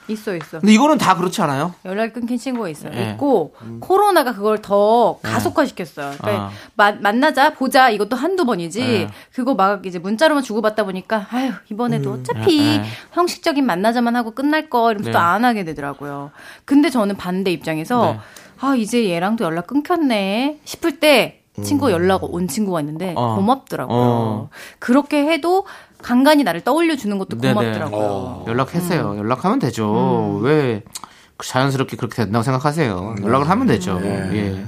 있어, 있어. 근데 이거는 다 그렇지 않아요? 연락이 끊긴 친구가 있어요. 예. 있고, 코로나가 그걸 더 가속화시켰어요. 그러니까 아. 예. 마- 만나자, 보자, 이것도 한두 번이지, 그거 막 이제 문자로만 주고받다 보니까, 아휴, 이번에도 어차피 예, 예. 형식적인 만나자만 하고 끝날 거, 이러면서 네. 또 안 하게 되더라고요. 근데 저는 반대 입장에서, 네. 아, 이제 얘랑도 연락 끊겼네, 싶을 때, 친구 연락 온 친구가 있는데 어. 고맙더라고요. 어. 그렇게 해도 간간히 나를 떠올려 주는 것도 네네. 고맙더라고요. 어. 음. 연락했어요. 연락하면 되죠. 왜 자연스럽게 그렇게 된다고 생각하세요? 네. 연락을 하면 되죠. 예.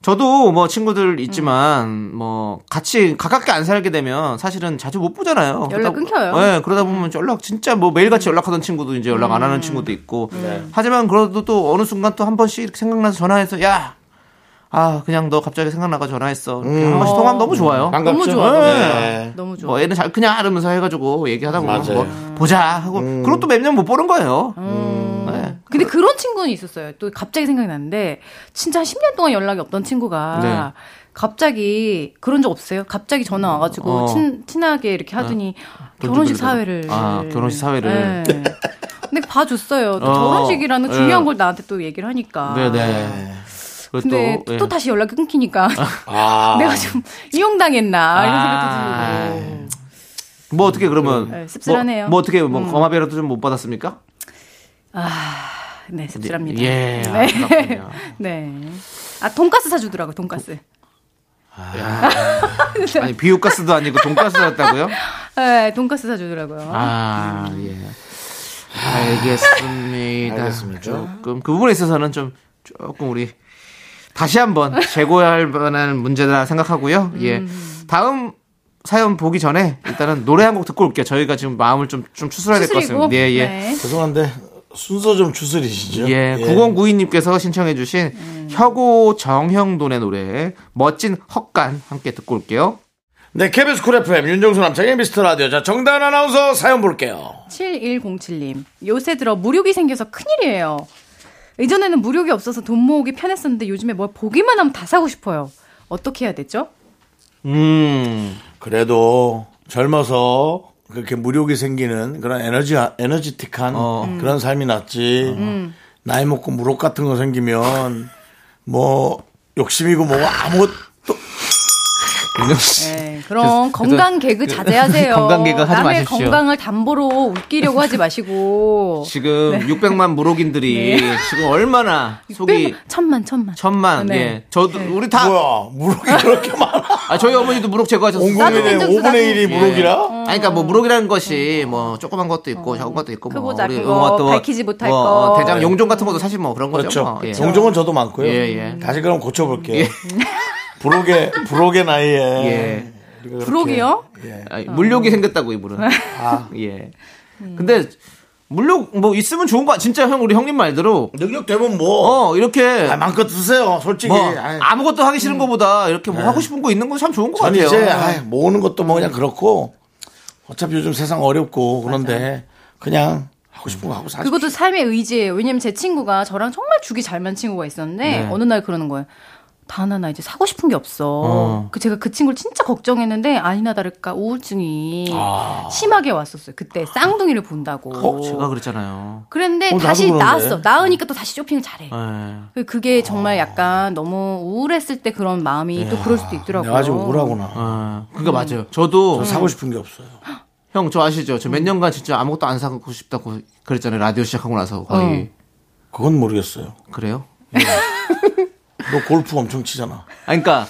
저도 뭐 친구들 있지만 음. 뭐 같이 가깝게 안 살게 되면 사실은 자주 못 보잖아요. 연락 끊겨요. 네. 예, 그러다 보면 연락 진짜 뭐 매일 같이 연락하던 친구도 이제 연락 음. 안 하는 친구도 있고. 네. 하지만 그래도 또 어느 순간 또 한 번씩 이렇게 생각나서 전화해서 야. 아, 그냥 너 갑자기 생각나가 전화했어. 이렇게 음. 한 번씩 통화하면 너무 좋아요. 너무 좋아. 네. 너무 좋아. 뭐 애는 잘 그냥 이러면서 해가지고 얘기하다 보면 맞아요. 음. 뭐 보자 하고 그것도 몇 년 못 보는 거예요. 음. 네. 근데 그런 친구는 있었어요. 또 갑자기 생각이 났는데 진짜 한 10년 동안 연락이 없던 친구가 네. 갑자기 그런 적 없어요? 갑자기 전화 와가지고 어. 친, 친하게 이렇게 하더니 결혼식 사회를 아, 결혼식 사회를. 네. 근데 봐줬어요. 또 어. 결혼식이라는 네. 중요한 걸 나한테 또 음. 얘기를 하니까. 네네. 그리고 근데 또, 예. 다시 연락이 끊기니까 아. 내가 좀 이용당했나 아. 이런 생각도 들고 뭐 어떻게 그러면 음. 네, 씁쓸하네요. 음. 뭐, 뭐 어떻게 뭐 거마배라도 좀 못 받았습니까? 네 씁쓸합니다. 예. 네. 안타깝군요. 네. 아 돈가스 사주더라고 돈가스. 아. 아니 비유가스도 아니고 돈가스였다고요? 네 돈가스 사주더라고요. 아 예. 알겠습니다. 알겠습니다. 조금 그 부분에 있어서는 좀 조금 우리 다시 한번 재고해야 할 만한 문제다 생각하고요. 예. 다음 사연 보기 전에 일단은 노래 한 곡 듣고 올게요. 저희가 지금 마음을 좀 좀 추스려야 될 것 수술이고. 같습니다. 예, 예. 네. 죄송한데 순서 좀 추스리시죠. 예, 9092님께서 신청해주신 혁오 정형돈의 노래 멋진 헛간 함께 듣고 올게요. 네, KBS 쿨 FM 윤정수 남창의 미스터 라디오. 자, 정단 아나운서 사연 볼게요. 7107님. 요새 들어 무료기 생겨서 큰일이에요. 예전에는 무료기 없어서 돈 모으기 편했었는데 요즘에 뭘 보기만 하면 다 사고 싶어요. 어떻게 해야 되죠? 음, 그래도 젊어서 그렇게 무력이 생기는 그런 에너지 에너지틱한 어. 그런 삶이 낫지. 나이 먹고 무력 같은 거 생기면 뭐 욕심이고 뭐 아무것도 윤정 씨. 네, 그럼 건강 개그 자제하세요. 건강 개그 하지 남의 마십시오. 건강을 담보로 웃기려고 하지 네. 마시고. 지금 600만 무록인들이 지금 얼마나 속이 천만 천만. 천만. 네. 예. 저도 우리 다. 뭐야 무력이 그렇게 많아. 아 저희 어머니도 무록 제거하셨어요. 온국민의 나도 윤정수, 5분의 1이 예. 무력이라. 아니, 그러니까 뭐 무록이라는 것이 뭐 조그만 것도 어. 있고 작은 것도 있고 뭐 크고 작은 어, 거, 또그 밝히지 못할 뭐, 거. 어, 대장 용종 같은 것도 사실 뭐 그런 거죠. 그렇죠. 뭐. 예. 종종은 저도 많고요. 예, 예. 다시 그럼 고쳐볼게요. 부록의 부록의 나이에. 예. 우리가 그렇게- 부록이요? 예. 음. 아. 아니, 물욕이 생겼다고 이분은. 예. 근데 물론 뭐 있으면 좋은 거 진짜 형 우리 형님 말대로 능력 되면 뭐. 어 이렇게 아, 마음껏 드세요, 솔직히. 뭐 아이, 예. 아무것도 하기 음. 싫은 거보다 이렇게 뭐 하고 싶은 거 있는 건 참 좋은 거 저는 같아요. 이제 아이, 모으는 것도 뭐 그냥 그렇고 어차피 요즘 세상 어렵고 그런데 그냥 하고 싶은 거 하고 사세요. 그것도 삶의 의지예요. 왜냐면 제 친구가 저랑 정말 죽이 잘 맞는 친구가 네. 있었는데 어느 날 그러는 거예요. 다나 나 이제 사고 싶은 게 없어. 그 제가 그 친구를 진짜 걱정했는데 아니나 다를까 우울증이 아. 심하게 왔었어요. 그때 쌍둥이를 본다고. 어, 제가 그랬잖아요. 그랬는데 어, 아. 나도 다시 그러네. 나았어. 나으니까 또 다시 쇼핑을 잘해. 예. 그게 정말 약간 너무 우울했을 때 그런 마음이 또 그럴 수도 있더라고요. 내가 네. 아직 우울하구나. 아, 음. 그러니까 맞아요. 저도 사고 싶은 게 없어요. 형 저 아시죠? 저 음. 몇 년간 진짜 아무것도 안 사고 싶다고 그랬잖아요. 라디오 시작하고 나서 거의 그건 모르겠어요. 그래요? 너 골프 엄청 치잖아. 아, 그러니까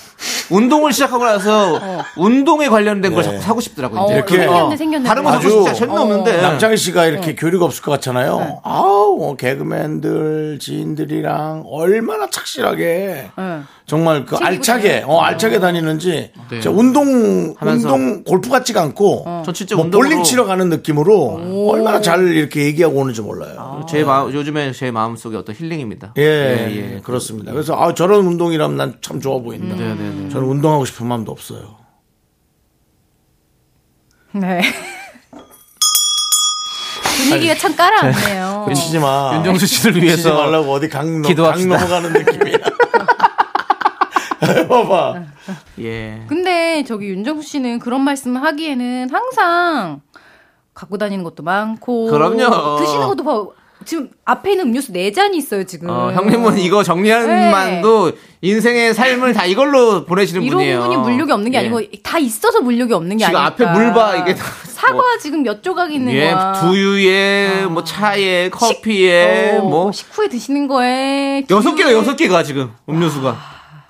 운동을 시작하고 나서 어. 운동에 관련된 걸 자꾸 사고 싶더라고요. 이제. 어, 이렇게, 생겼네 어, 생겼네. 다른 거 사고 아주 어. 싶지 전혀 없는데 남창희 씨가 네. 이렇게 교류가 없을 것 같잖아요. 아우, 어, 개그맨들, 지인들이랑 얼마나 착실하게 네. 정말 그 알차게, 어, 알차게 다니는지 네. 진짜 운동, 하면서. 운동 골프 같지가 않고 전 진짜 뭐 운동으로 볼링 치러 가는 느낌으로 얼마나 잘 이렇게 얘기하고 오는지 몰라요. 제 마음 요즘에 제 마음 속에 어떤 힐링입니다. 예, 예, 그렇습니다. 음. 그래서 아, 저런 운동이라면 난 참 좋아 보인다. 네, 네, 네. 저는 운동하고 싶은 마음도 없어요. 네. 분위기가 참 깔아앉네요. 치지 마. 윤정수 씨를 치지 위해서 말라고 어디 강로 강 기도합시다. 넘어가는 느낌이야. 봐봐. 예. 근데 저기 윤정수 씨는 그런 말씀을 하기에는 항상 갖고 다니는 것도 많고 그럼요. 드시는 것도 봐. 지금 앞에 있는 음료수 네 잔이 있어요 지금. 어, 형님은 이거 정리하는 네. 만도 인생의 삶을 다 이걸로 보내시는 이런 분이에요. 분이 물욕이 없는 게 예. 아니고 다 있어서 물욕이 없는 게 지금 아니까. 앞에 물봐, 이게 다- 사과 뭐. 지금 몇 조각 있는 예, 거야. 아. 두유에 뭐 차에 커피에 어, 뭐 식후에 드시는 거에 여섯 개가 기운에- 여섯 개가 지금 아. 음료수가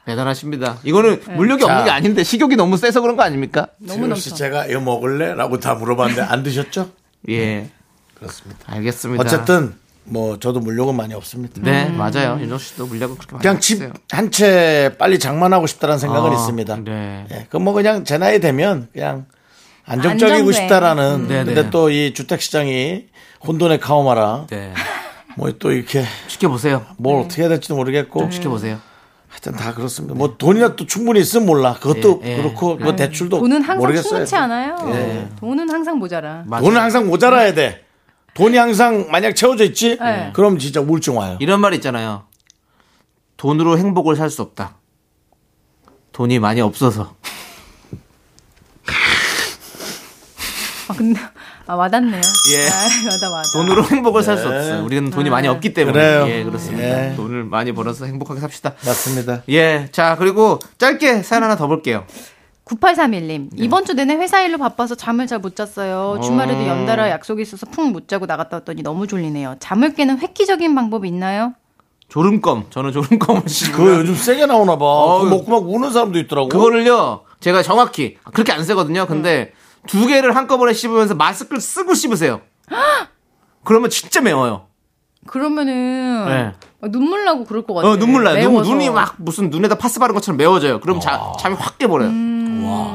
대단하십니다. 이거는 네. 물욕이 자. 없는 게 아닌데 식욕이 너무 세서 그런 거 아닙니까? 너무 지금 씨 넘쳐. 제가 이거 먹을래? 라고 다 물어봤는데 안 드셨죠? 예, 그렇습니다. 알겠습니다. 어쨌든 뭐 저도 물욕은 많이 없습니다. 네 음. 맞아요. 윤정 씨도 물욕은 그렇게 많이 그냥 없어요. 집 한 채 빨리 장만하고 싶다라는 생각은 아, 있습니다. 네. 예, 그건 뭐 그냥 제 나이 되면 그냥 안정적이고 안정돼. 싶다라는. 네, 근데 네. 또 이 주택 시장이 혼돈의 카오마라. 네, 뭐 또 이렇게 지켜보세요. 뭘 어떻게 해야 될지도 네. 모르겠고. 네. 지켜보세요. 하여튼 다 그렇습니다. 뭐 돈이나 또 충분히 있으면 몰라. 그것도 네. 예, 예. 그렇고 뭐 대출도 돈은 항상 모르겠어요. 예. 충분치 않아요. 돈은 항상 모자라. 맞아요. 네. 돈은 항상 모자라야 돼. 돈이 항상 만약 채워져 있지? 네. 그럼 진짜 우울증 와요. 이런 말 있잖아요. 돈으로 행복을 살 수 없다. 돈이 많이 없어서. 아, 근데 아, 와닿네요. 예. 아, 와닿 와닿. 돈으로 행복을 살 수 없어요. 우리는 돈이 많이 없기 때문에. 네. 그래요. 예, 그렇습니다. 예. 돈을 많이 벌어서 행복하게 삽시다. 맞습니다. 예, 자, 그리고 짧게 사연 하나 더 볼게요. 9831님 예. 이번 주 내내 회사 일로 바빠서 잠을 잘 못 잤어요. 주말에도 연달아 약속이 있어서 푹 못 자고 나갔다 왔더니 너무 졸리네요. 잠을 깨는 획기적인 방법 있나요? 졸음껌. 저는 졸음껌을 씹으면 그거 요즘 세게 나오나 봐. 그거 어우. 먹고 막 우는 사람도 있더라고. 네. 그거를요, 제가 정확히, 아, 그렇게 안 세거든요. 근데 두 개를 한꺼번에 씹으면서 마스크를 쓰고 씹으세요. 그러면 진짜 매워요. 그러면은 네. 어, 눈물 나고 그럴 것 같아요. 어, 눈물 나요. 눈, 매워서. 눈이 막 무슨 눈에다 파스 바른 것처럼 매워져요. 그럼 자, 잠이 확 깨버려요. 음.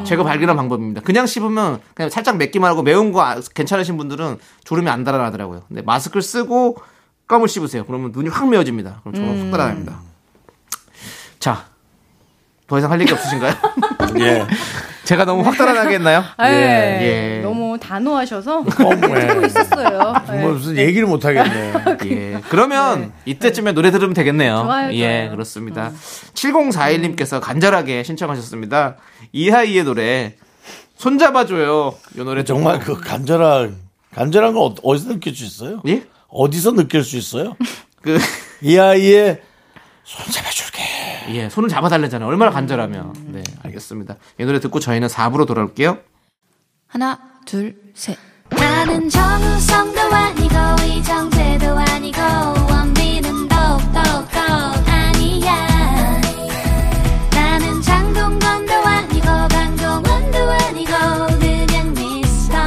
제가 발견한 방법입니다. 그냥 씹으면 그냥 살짝 맵기만 하고 매운 거 아- 괜찮으신 분들은 졸음이 안 달아나더라고요. 근데 마스크를 쓰고 껌을 씹으세요. 그러면 눈이 확 매워집니다. 그럼 졸음 확 달아납니다. 자, 더 이상 할 얘기 없으신가요? 예. 제가 너무 확 달아나게 했나요? 예. 예. 너무 단호하셔서 듣고 껌에. 있었어요. 예. 뭐 어, 무슨 얘기를 못 하겠네. 예. 그러면 이때쯤에 노래 들으면 되겠네요. 아, 네. 좋아요, 예, 좋아요. 음. 그렇습니다. 7041님께서 간절하게 신청하셨습니다. 이하이의 노래 손잡아줘요. 이 노래 듣고. 정말 그 간절한 간절한 건 어- 어디서 느낄 수 있어요? 예? 어디서 느낄 수 있어요? 그 이 아이의 손 잡아줄게. 예, 손을 잡아달라잖아요. 얼마나 간절하면. 네, 알겠습니다. 이 노래 듣고 저희는 4부로 돌아올게요. 하나, 둘, 셋. 나는 정우성도 아니고 이정재도 아니고 원빈은 더욱더 아니야 나는 장동건도 아니고 강동원도 아니고 그냥 미스터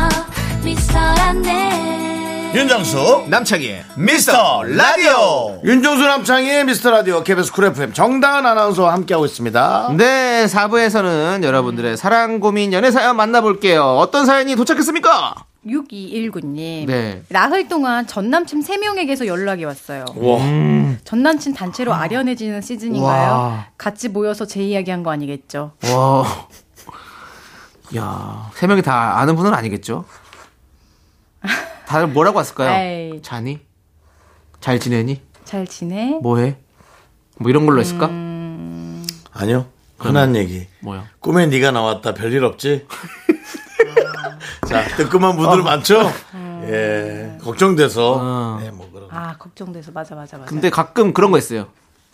미스터란데 윤정수 남창희의 미스터 라디오 윤종수 남창희의 미스터 라디오 KBS 쿨 FM 정다은 아나운서와 함께하고 있습니다. 네, 4부에서는 여러분들의 사랑 고민 연애 사연 만나볼게요. 어떤 사연이 도착했습니까? 6219님. 네. 나흘 동안 전 남친 3명에게서 연락이 왔어요. 전 남친 단체로 아련해지는 시즌인가요? 와. 같이 모여서 제 이야기 한 거 아니겠죠? 와. 야, 세 명이 다 아는 분은 아니겠죠? 다들 뭐라고 왔을까요? 아이. 자니? 잘 지내니? 잘 지내? 뭐해? 뭐 이런 걸로 했을까? 음. 아니요. 음. 흔한 얘기. 뭐야? 꿈에 네가 나왔다. 별일 없지? 자, 뜨끔한 어. 분들 많죠? 음. 예. 걱정돼서. 예, 뭐 그런. 아, 걱정돼서. 맞아, 맞아, 맞아. 근데 가끔 그런 거 있어요.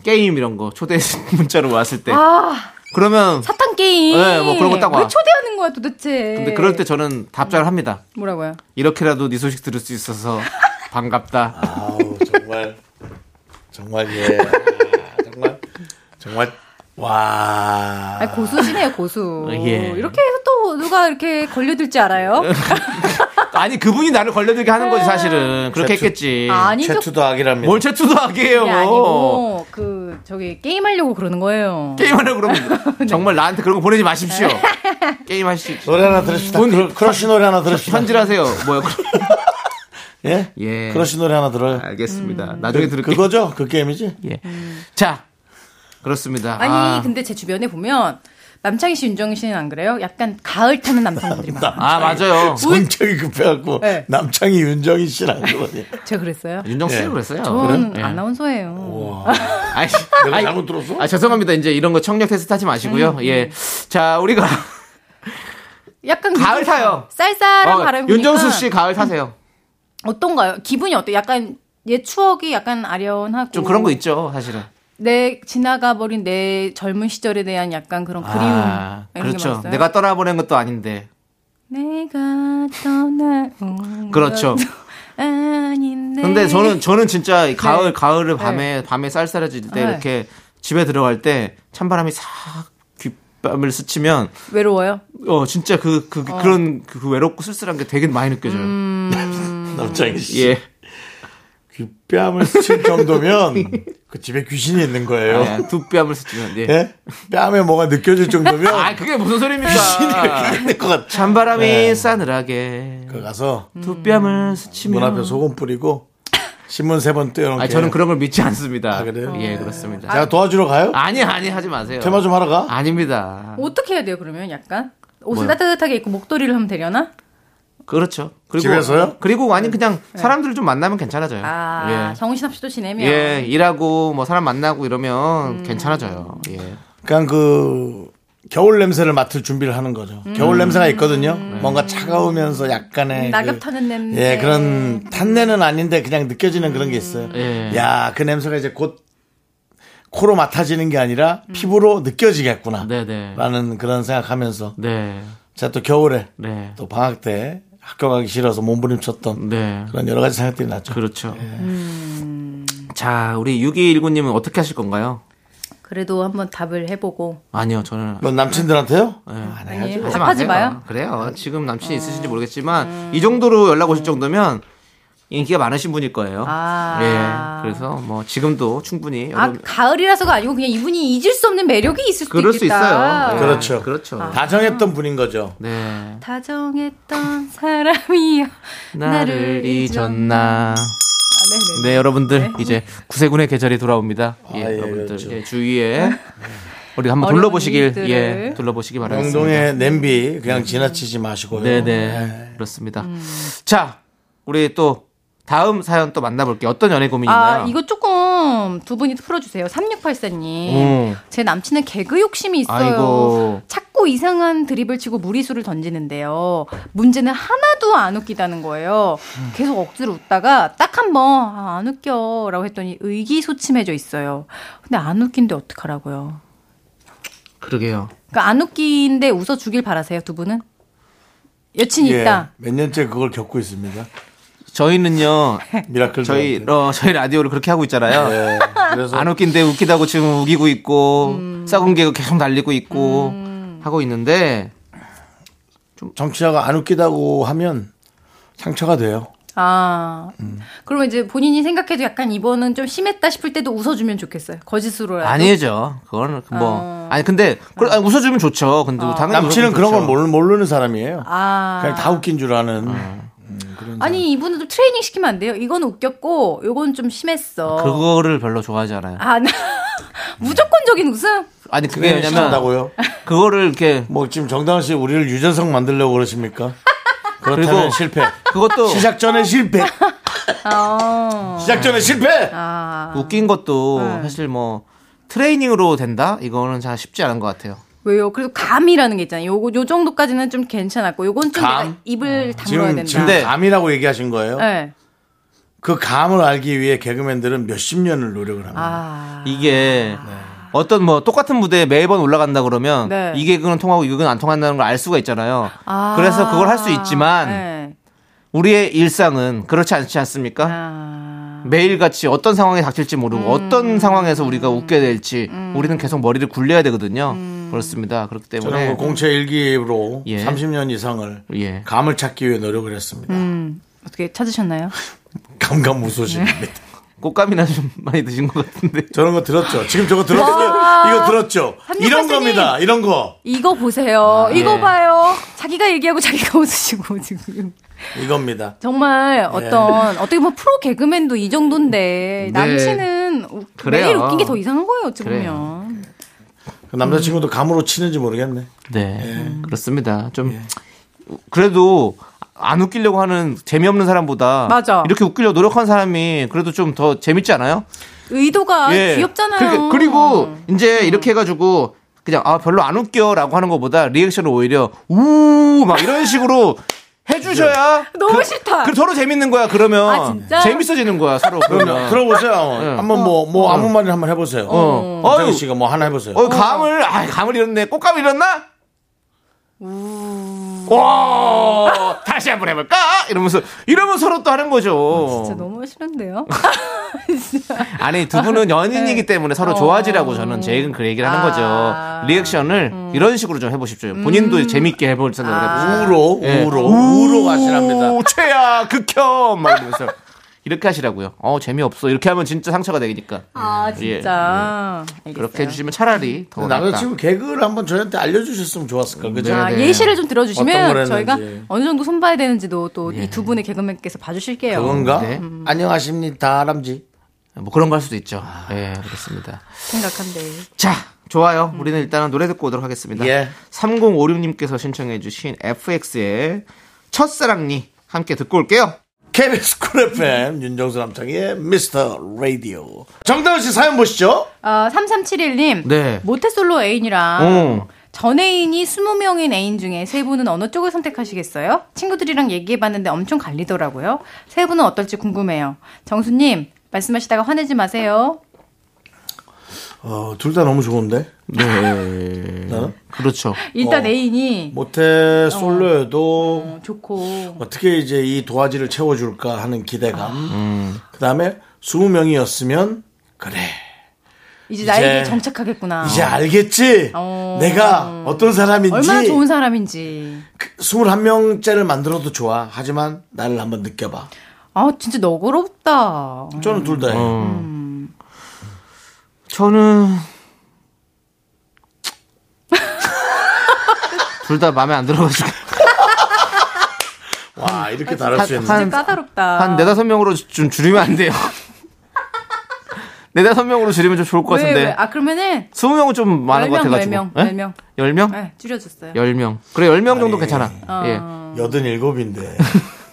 게임 이런 거 초대 문자로 왔을 때. 아, 그러면 사탕 게임. 네, 뭐 그런 거딱 와. 왜 초대하는 거야 도대체? 근데 그럴 때 저는 답장을 합니다. 뭐라고요? 이렇게라도 네 소식 들을 수 있어서 반갑다. 아우, 정말. 정말 예. 아, 정말. 정말 와. 아, 고수시네요, 고수. 예. 이렇게 해서 또 누가 이렇게 걸려들지 알아요? 아니 그분이 나를 걸려들게 하는 거지 사실은 그렇게 최초- 했겠지. 아. 아니, 저 최투도 악이랍니다. 뭘 채투도 하게요. 뭐. 그게 아니고 그 저기 게임하려고 그러는 거예요. 게임하려고 네. 그러면 정말 나한테 그런 거 보내지 마십시오. 게임 하십시오. 노래 하나 들읍시다. 본- 크러- 크러쉬 노래 하나 들읍시다. 현질하세요. 뭐야? 음. 예? 예. 크러쉬 노래 하나 들어요. 알겠습니다. 나중에 들을게요. 그거죠? 그 게임이지? 예. 자, 그렇습니다. 아니 아, 근데 제 주변에 보면 남창희 씨, 윤정희 씨는 안 그래요? 약간 가을 타는 남성분들이 많아요. 아, 맞아요. 성격이 급해갖고 네. 남창희 윤정희 씨랑 그러니 제가 그랬어요? 윤정 씨도 그랬어요. 저는 예. 아나운서예요. 아니, 내가 아니, 잘못 들었어? 아, 죄송합니다. 이제 이런 거 청력 테스트 하지 마시고요. 음. 예. 자, 우리가 약간 가을 윤정수- 타요. 쌀쌀한 어, 바람이 윤정수 부니까 씨 가을 타세요. 어떤가요? 기분이 어때요? 약간 옛 추억이 약간 아련하고 좀 그런 거 있죠, 사실은. 내 지나가 버린 내 젊은 시절에 대한 약간 그런 그리움 아, 이런 게 그렇죠. 많았어요? 내가 떠나보낸 것도 아닌데. 내가 떠나온 그렇죠. 것도 아닌데 근데 저는 저는 진짜 이 가을 가을을 밤에 밤에 쌀쌀해질 때 네. 이렇게 집에 들어갈 때 찬바람이 싹 귓밤을 스치면 외로워요. 어 진짜 그 그 그, 런 그, 그 외롭고 쓸쓸한 게 되게 많이 느껴져요. 남창희 씨 예. 귓뺨을 스칠 정도면 그 집에 귀신이 있는 거예요 아, 두 뺨을 스치면 예. 예? 뺨에 뭐가 느껴질 정도면 아 그게 무슨 귀신이 소리입니까? 있는 것 같아 찬바람이 싸늘하게 그 가서 두 뺨을 스치면 문 앞에 소금 뿌리고 신문 세 번 떼어놓게 아 저는 그런 걸 믿지 않습니다. 네. 아, 그래요? 예 그렇습니다. 제가 도와주러 가요? 아니 아니 하지 마세요. 테마 좀 하러 가? 아닙니다. 어떻게 해야 돼요 그러면 약간 옷을 뭐요? 따뜻하게 입고 목도리를 하면 되려나? 그렇죠. 그리고 집에서요? 그리고 아니 그냥 사람들을 좀 만나면 괜찮아져요. 네. 아 예. 정신 없이 음. 또 지내면 예, 일하고 뭐 사람 만나고 이러면 괜찮아져요. 예. 그냥 그 겨울 냄새를 맡을 준비를 하는 거죠 음. 겨울 냄새가 있거든요 뭔가 차가우면서 약간의 낙엽 그- 타는 네. 냄새. 예, 그런 탄내는 아닌데 그냥 느껴지는 그런 게 있어요. 예. 야, 그 냄새가 이제 곧 코로 맡아지는 게 아니라 피부로 느껴지겠구나. 음. 네네. 라는 그런 생각하면서 네. 제가 또 겨울에 네. 또 방학 때 학교 가기 싫어서 몸부림쳤던 네. 그런 여러 가지 생각들이 났죠. 그렇죠. 음. 자, 우리 6219님은 어떻게 하실 건가요? 그래도 한번 답을 해보고 아니요, 저는. 뭐 남친들한테요? 아니 하지 답하지 마세요. 마요. 아, 음. 그래요. 지금 남친이 있으신지 모르겠지만, 이 정도로 연락 오실 정도면, 인기가 많으신 분일 거예요. 아. 예. 그래서 뭐, 지금도 충분히. 아 여러분- 가을이라서가 아니고 그냥 이분이 잊을 수 없는 매력이 있을 수도 그럴 있겠다. 수 있어요. 예. 그렇죠. 그렇죠. 다 정했던 분인 거죠. 네. 다정했던 사람이여 나를 잊었나. 아, 네네. 네, 여러분들 이제 구세군의 계절이 돌아옵니다. 예, 예, 여러분들 그렇죠. 예, 주위에 우리 한번 어려운 둘러보시길 일들을. 예, 둘러보시기 바라겠습니다. 명동의 냄비 그냥 지나치지 마시고요. 네, 네. 그렇습니다. 자, 우리 또 다음 사연 또 만나볼게요. 어떤 연애 고민이 아, 네, 있나요? 이거 조금 두 분이 풀어주세요. 3684님. 음. 제 남친은 개그 욕심이 있어요. 아이고. 자꾸 이상한 드립을 치고 무리수를 던지는데요. 문제는 하나도 안 웃기다는 거예요. 계속 억지로 웃다가 딱 한 번, 아, 안 웃겨. 라고 했더니 의기소침해져 있어요. 근데 안 웃긴데 어떡하라고요. 그러게요. 그러니까 안 웃긴데 웃어주길 바라세요, 두 분은? 여친이 예, 있다. 몇 년째 그걸 겪고 있습니다. 저희는요. 미라클 저희 어, 저희 라디오를 그렇게 하고 있잖아요. 예, 그래서 안 웃긴데 웃기다고 지금 우기고 있고 싸군 개그 계속 날리고 있고 하고 있는데 네. 정치자가 안 웃기다고 하면 상처가 돼요. 아. 음. 그러면 이제 본인이 생각해도 약간 이번은 좀 심했다 싶을 때도 웃어주면 좋겠어요. 어. 거짓으로라도. 아니죠. 그거는 뭐 아니 근데 그 아니, 웃어주면 좋죠. 근데 뭐 당연히 남친은 웃어주면 그런 걸 좋죠. 모르, 모르는 사람이에요. 아. 그냥 다 웃긴 줄 아는. 그런 사람. 아니 이분은 좀 트레이닝 시키면 안 돼요. 이건 웃겼고 요건 좀 아, 심했어. 그거를 별로 좋아하지 않아요. 아 나- 무조건적인 웃음. 아니 네, 그게 왜냐면 한다고요? 그거를 이렇게 뭐 지금 정다은 씨 우리를 유재석 만들려고 그러십니까? 그렇다면 그리고 실패. 그것도 시작 전에 실패. 어. 시작 전에 실패. 아 웃긴 것도 네. 사실 뭐 트레이닝으로 된다 이거는 잘 쉽지 않은 것 같아요. 왜요? 그래도 감이라는 게 있잖아요. 요거 요 정도까지는 좀 괜찮았고 요건 좀 감? 아, 내가 입을 다물어야 지금 된다. 지금 네. 감이라고 얘기하신 거예요? 네. 그 감을 알기 위해 개그맨들은 몇십 년을 노력을 합니다. 아 이게 어떤 뭐 똑같은 무대에 매번 올라간다 그러면 네. 이 개그는 통하고 이 개그는 안 통한다는 걸 알 수가 있잖아요. 아. 그래서 그걸 할 수 있지만 네. 우리의 일상은 그렇지 않지 않습니까? 아, 매일같이 어떤 상황이 닥칠지 모르고 음. 어떤 상황에서 우리가 웃게 될지 우리는 계속 머리를 굴려야 되거든요. 음. 그렇습니다. 그렇기 저는 때문에 그 공채 일기로 네. 예. 30년 이상을 예. 음. 감을 찾기 위해 노력을 했습니다. 어떻게 찾으셨나요? 네. 감감무소식입니다. 꽃감이나 좀 많이 드신 것 같은데. 저런 거 들었죠. 지금 저거 들었어요. 이거 들었죠. 이런 삼육팔사님. 겁니다. 이런 거. 이거 보세요. 이거 예. 봐요. 자기가 얘기하고 자기가 웃으시고 지금. 이겁니다. 예. 정말 어떤 어떻게 보면 프로 개그맨도 이 정도인데 남친은 우- 네. 그래요. 매일 웃긴 게 더 이상한 거예요. 어찌 그래요. 보면 그 음. 남자친구도 감으로 치는지 모르겠네. 네. 그렇습니다. 좀 예. 그래도 안 웃기려고 하는 재미없는 사람보다 맞아. 이렇게 웃기려고 노력한 사람이 그래도 좀 더 재밌지 않아요? 의도가 예. 귀엽잖아요. 그러니까- 음. 그리고 이제 이렇게 해가지고 그냥 아 별로 안 웃겨라고 하는 것보다 리액션을 오히려 우 막 이런 식으로 해주셔야 너무 그- 싫다. 그 서로 재밌는 거야 그러면 아, 진짜? 재밌어지는 거야 서로 그러면. 들어보세요. 한번 뭐 뭐 아무 말이나 한번 해보세요. 예. 어. 정희 어유. 씨가 뭐 하나 해보세요. 어 감을 아 감을 잃었네 꽃감 잃었나? 와 다시 한번 해볼까? 이러면서 이러면 서로 또 하는 거죠. 아, 진짜 너무 싫은데요. 아니 두 네. 분은 연인이기 때문에 서로 좋아지라고 저는 제 얘기는 그 얘기를 하는 어. 아. 음. 거죠. 리액션을 이런 식으로 좀 해보십시오. 본인도 재밌게 해볼 생각을 아. 해보세요. 우로 예. 어, 우로 우로 가시랍니다. 오, 최악 극혐 막 이러면서 이렇게 하시라고요. 어 재미없어 이렇게 하면 진짜 상처가 되니까. 아 예. 진짜. 알겠어요. 그렇게 해주시면 차라리 더 낫다. 남자친구 개그를 한번 저희한테 알려주셨으면 좋았을까 그죠? 아, 네. 예시를 좀 어떤 들어주시면 걸 저희가 했는지. 어느 정도 손봐야 되는지도 또 예. 이 두 분의 개그맨께서 봐주실게요. 그건가? 네. 안녕하십니다, 아람지. 뭐 그런 거 할 수도 있죠. 예 그렇습니다. 생각한데. 자, 좋아요. 음. 우리는 일단은 노래 듣고 오도록 하겠습니다. 예. 3056님께서 신청해주신 FX의 첫사랑니 함께 듣고 올게요. KBS 쿨 FM 윤정수 남창의 미스터 라디오. 정다은 씨 사연 보시죠. 아, 3371님. 네. 모태솔로 애인이랑 어. 전 애인이 20명인 애인 중에 세 분은 어느 쪽을 선택하시겠어요? 친구들이랑 얘기해봤는데 엄청 갈리더라고요. 세 분은 어떨지 궁금해요. 정수님, 말씀하시다가 화내지 마세요. 어, 둘 다 너무 좋은데? 네. 나는? 그렇죠. 일단 애인이 뭐. 모태 솔로여도 어, 좋고. 어떻게 이제 이 도화지를 채워줄까 하는 기대감. 그 다음에 20명이었으면, 그래. 이제 나에게 이제- 정착하겠구나. 이제 알겠지? 어. 내가 어떤 사람인지. 얼마나 좋은 사람인지. 21명째를 만들어도 좋아. 하지만 나를 한번 느껴봐. 아, 진짜 너그럽다. 저는 둘 다. 해요. 어. 음. 저는 둘 다 마음에 안 들어가지고 와, 이렇게 다를 수 있는. 한- 진짜 까다롭다. 한 네다섯 명으로 좀 줄이면 안 돼요. 네다섯 명으로 줄이면 좀 좋을 것 왜, 왜? 같은데 아, 그러면은 스무 명은 좀 많은 것 10명, 같아가지고. 10명, 예? 10명. 어. 열 명? 네, 줄여줬어요. 열 명. 그래 열 명 정도 아니. 괜찮아. 예. 87인데.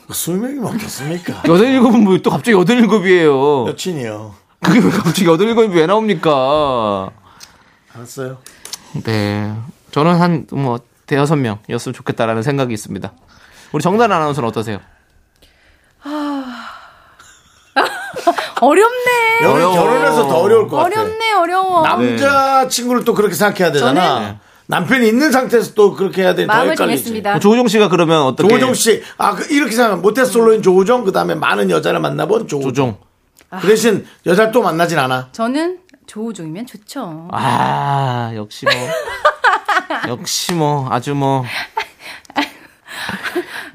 20명이면 어떻습니까? 여덟 일곱은 뭐 또 갑자기 여덟 일곱이에요. 여친이요. 그게 왜 갑자기 여덟 일곱이 왜 나옵니까? 알았어요. 네. 저는 한, 뭐, 대여섯 명이었으면 좋겠다라는 생각이 있습니다. 우리 정단 아나운서는 어떠세요? 어렵네. 여기 결혼해서 더 어려울 것 같아. 어렵네, 어려워. 네. 남자친구를 또 그렇게 생각해야 되잖아. 저는- 남편이 있는 상태에서 또 그렇게 해야 되니까 마음을 헷갈리지. 정했습니다. 조우종 씨가 그러면 어떻게. 조우정 씨, 아, 그, 이렇게 생각하면 모태솔로인 조우정, 그 다음에 많은 여자를 만나본 조우정. 조종. 그 대신 여자를 또 만나진 않아. 저는 조우종이면 좋죠. 아, 역시 뭐. 역시 뭐, 아주 뭐.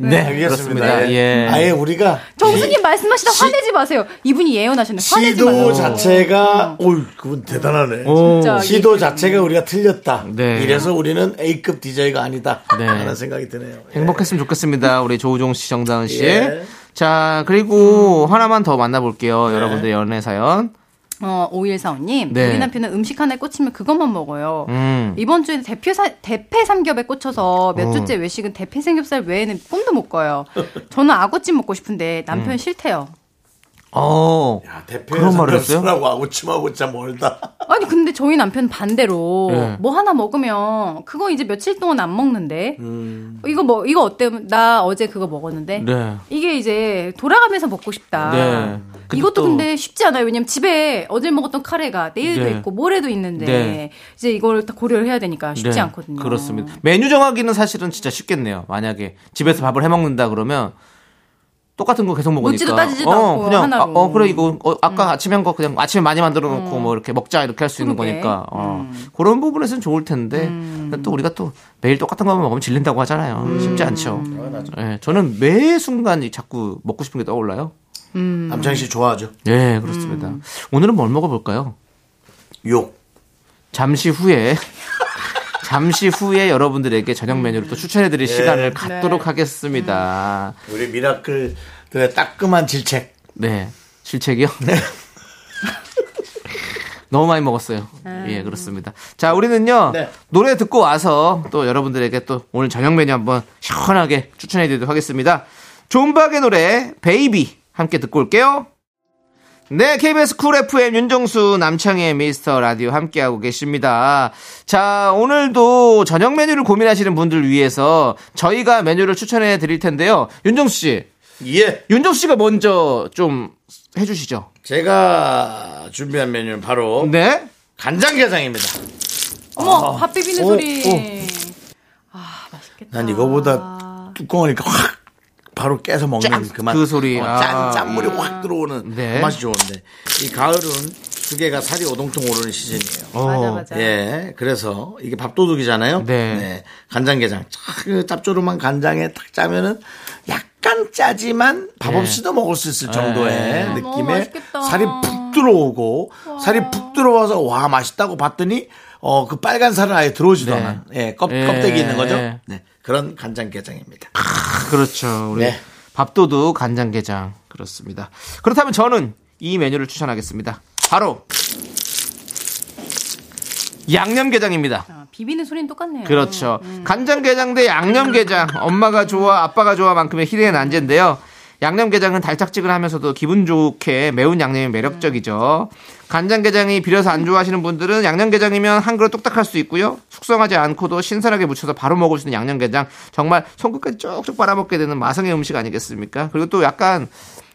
네, 알겠습니다. 그렇습니다. 예. 아예 우리가 정수님 말씀하시다 화내지 마세요. 이분이 예언하셨네. 화내지 시도 마세요. 자체가, 오, 그분 대단하네. 오. 진짜. 시도 자체가 우리가 틀렸다. 네. 이래서 우리는 A급 DJ가 아니다. 네. 라는 생각이 드네요. 행복했으면 좋겠습니다. 우리 조우종 씨, 정다은 씨. 예. 자, 그리고 하나만 더 네. 만나볼게요. 여러분들 연애 사연. 어, 5145님. 네. 우리 남편은 음식 하나에 꽂히면 그것만 먹어요. 음. 이번 주에 대패, 사, 대패 삼겹에 꽂혀서 몇 주째 외식은 대패 삼겹살 외에는 꿈도 못 꿔요. 저는 아구찜 먹고 싶은데 남편 싫대요. 어. 야, 대표 그런 말을 했어요? 라고 하고 침하고 진짜 멀다. 아니 근데 저희 남편 반대로 예. 뭐 하나 먹으면 그거 이제 며칠 동안 안 먹는데 이거 뭐 이거 어때? 나 어제 그거 먹었는데 네. 이게 이제 돌아가면서 먹고 싶다. 네. 근데 이것도 또- 근데 쉽지 않아요. 왜냐면 집에 어제 먹었던 카레가 내일도 네. 있고 모레도 있는데 네. 이제 이걸 다 고려를 해야 되니까 쉽지 네, 않거든요. 그렇습니다. 메뉴 정하기는 사실은 진짜 쉽겠네요. 만약에 집에서 밥을 해 먹는다 그러면 똑같은 거 계속 먹으니까 묻지도 따지지도 어, 않고 그냥 하나로. 음. 아, 어 그래 이거 어, 아까 아침에 한 거 그냥 아침에 많이 만들어 놓고 뭐 이렇게 먹자 이렇게 할 수 있는 그러게. 음. 거니까 어, 그런 부분에서는 좋을 텐데 근데 또 우리가 또 매일 똑같은 거만 먹으면 질린다고 하잖아요. 음. 쉽지 않죠. 예, 저는 매 순간 이 자꾸 먹고 싶은 게 떠올라요. 음. 남창희 씨 좋아하죠? 예, 그렇습니다. 오늘은 뭘 먹어볼까요? 욕. 잠시 후에 잠시 후에 여러분들에게 저녁 메뉴를 또 추천해드릴 시간을 갖도록 하겠습니다. 우리 미라클들의 따끔한 질책. 네, 실책이요. 너무 많이 먹었어요. 예, 그렇습니다. 자, 우리는요 네. 노래 듣고 와서 또 여러분들에게 또 오늘 저녁 메뉴 한번 시원하게 추천해드리도록 하겠습니다. 존박의 노래 베이비 함께 듣고 올게요. 네, KBS 쿨 FM 윤정수 남창희의 미스터 라디오 함께하고 계십니다. 자, 오늘도 저녁 메뉴를 고민하시는 분들 위해서 저희가 메뉴를 추천해 드릴 텐데요. 윤정수 씨, 예. 윤정수 씨가 먼저 좀 해주시죠. 제가 준비한 메뉴는 바로 네. 간장게장입니다. 아. 어머 밥 비비는 오, 소리. 오. 아 맛있겠다. 난 이거보다 뚜껑하니까 확 바로 깨서 먹는 아. 짠! 그 맛. 그 소리. 어, 아. 짠, 짠물이 확 들어오는 네. 그 맛이 좋은데. 이 가을은 수개가 살이 오동통 오르는 시즌이에요. 어, 맞아 맞아. 예, 그래서 이게 밥도둑이잖아요. 네. 간장게장. 쫙그 짭조름한 간장에 딱 짜면은 약간 짜지만 밥 네. 없이도 먹을 수 있을 정도의 아, 너무 느낌에 맛있겠다. 살이 푹 들어오고 살이 푹 들어와서 와 맛있다고 봤더니 어 그 빨간 살은 아예 들어오지도 네. 않아. 예, 껍, 예. 껍데기 있는 거죠. 예. 네, 그런 간장게장입니다. 그렇죠. 우리 네. 밥도둑 간장게장. 그렇습니다. 그렇다면 저는 이 메뉴를 추천하겠습니다. 바로 양념게장입니다. 아, 비비는 소리는 똑같네요. 그렇죠. 간장게장 대 양념게장. 엄마가 좋아, 아빠가 좋아만큼의 희대의 난제인데요. 양념게장은 달짝지근하면서도 기분 좋게 매운 양념이 매력적이죠. 간장게장이 비려서 안 좋아하시는 분들은 양념게장이면 한 그릇 뚝딱할 수 있고요. 숙성하지 않고도 신선하게 무쳐서 바로 먹을 수 있는 양념게장. 정말 손끝까지 쪽쪽 빨아먹게 되는 마성의 음식 아니겠습니까? 그리고 또 약간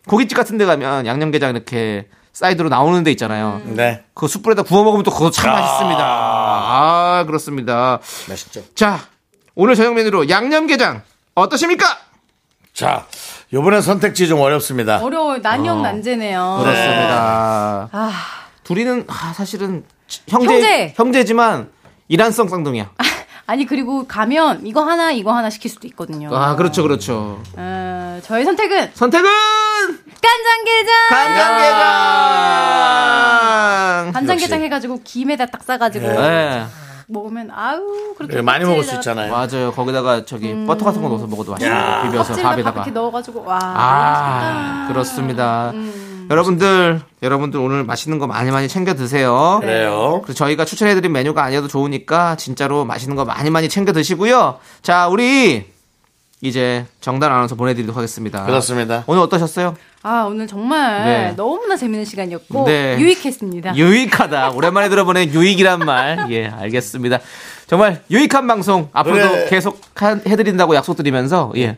고깃집 같은 데 가면 양념게장 이렇게 사이드로 나오는 데 있잖아요. 네. 그 숯불에다 구워 먹으면 또 그거 참 맛있습니다. 아, 그렇습니다. 맛있죠. 자, 오늘 저녁 메뉴로 양념게장 어떠십니까? 자, 요번에 선택지 좀 어렵습니다. 어려워요. 난형 난제네요. 그렇습니다. 아, 둘이는 아, 사실은 형제, 형제! 지만 이란성 쌍둥이야. 아니 그리고 가면 이거 하나 이거 하나 시킬 수도 있거든요. 아, 그렇죠, 그렇죠. 어, 저의 선택은 선택은 간장게장. 간장게장. 간장게장 해가지고 김에다 딱 싸가지고 네, 먹으면 아우 그렇게 예, 많이 먹을 수 껍질에다가- 있잖아요. 맞아요. 거기다가 저기 버터 같은 거 넣어서 먹어도 맛있어요. 비벼서 음. 껍질에다 밥 밥에다가. 이렇게 넣어가지고 와 아, 그렇습니다. 여러분들, 여러분들 오늘 맛있는 거 많이 많이 챙겨 드세요. 그래요. 그래서 저희가 추천해드린 메뉴가 아니어도 좋으니까 진짜로 맛있는 거 많이 많이 챙겨 드시고요. 자, 우리 이제 정단 아나운서 보내드리도록 하겠습니다. 그렇습니다. 오늘 어떠셨어요? 아 오늘 정말 네. 너무나 재밌는 시간이었고 네. 유익했습니다. 유익하다. 오랜만에 들어보는 유익이란 말. 예, 알겠습니다. 정말 유익한 방송 앞으로도 그래. 계속 하- 해드린다고 약속드리면서 예,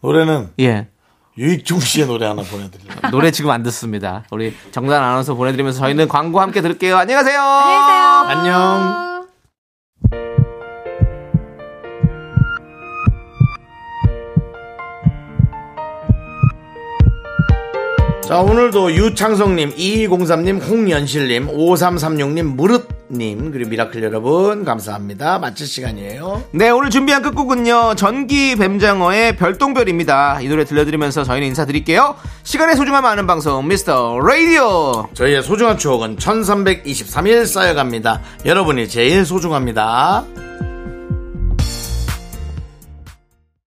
노래는 예. 유익중 씨의 노래 하나 보내드릴게요. 노래 지금 안 듣습니다. 우리 정단 아나운서 보내드리면서 저희는 광고 함께 들을게요. 안녕하세요. 안녕. 자, 오늘도 유창성님, 2203님, 홍연실님, 5336님, 무릇님, 그리고 미라클 여러분, 감사합니다. 마칠 시간이에요. 네, 오늘 준비한 끝곡은요. 전기 뱀장어의 별똥별입니다. 이 노래 들려드리면서 저희는 인사드릴게요. 시간의 소중함 아는 방송 미스터 라디오. 저희의 소중한 추억은 1323일 쌓여갑니다. 여러분이 제일 소중합니다.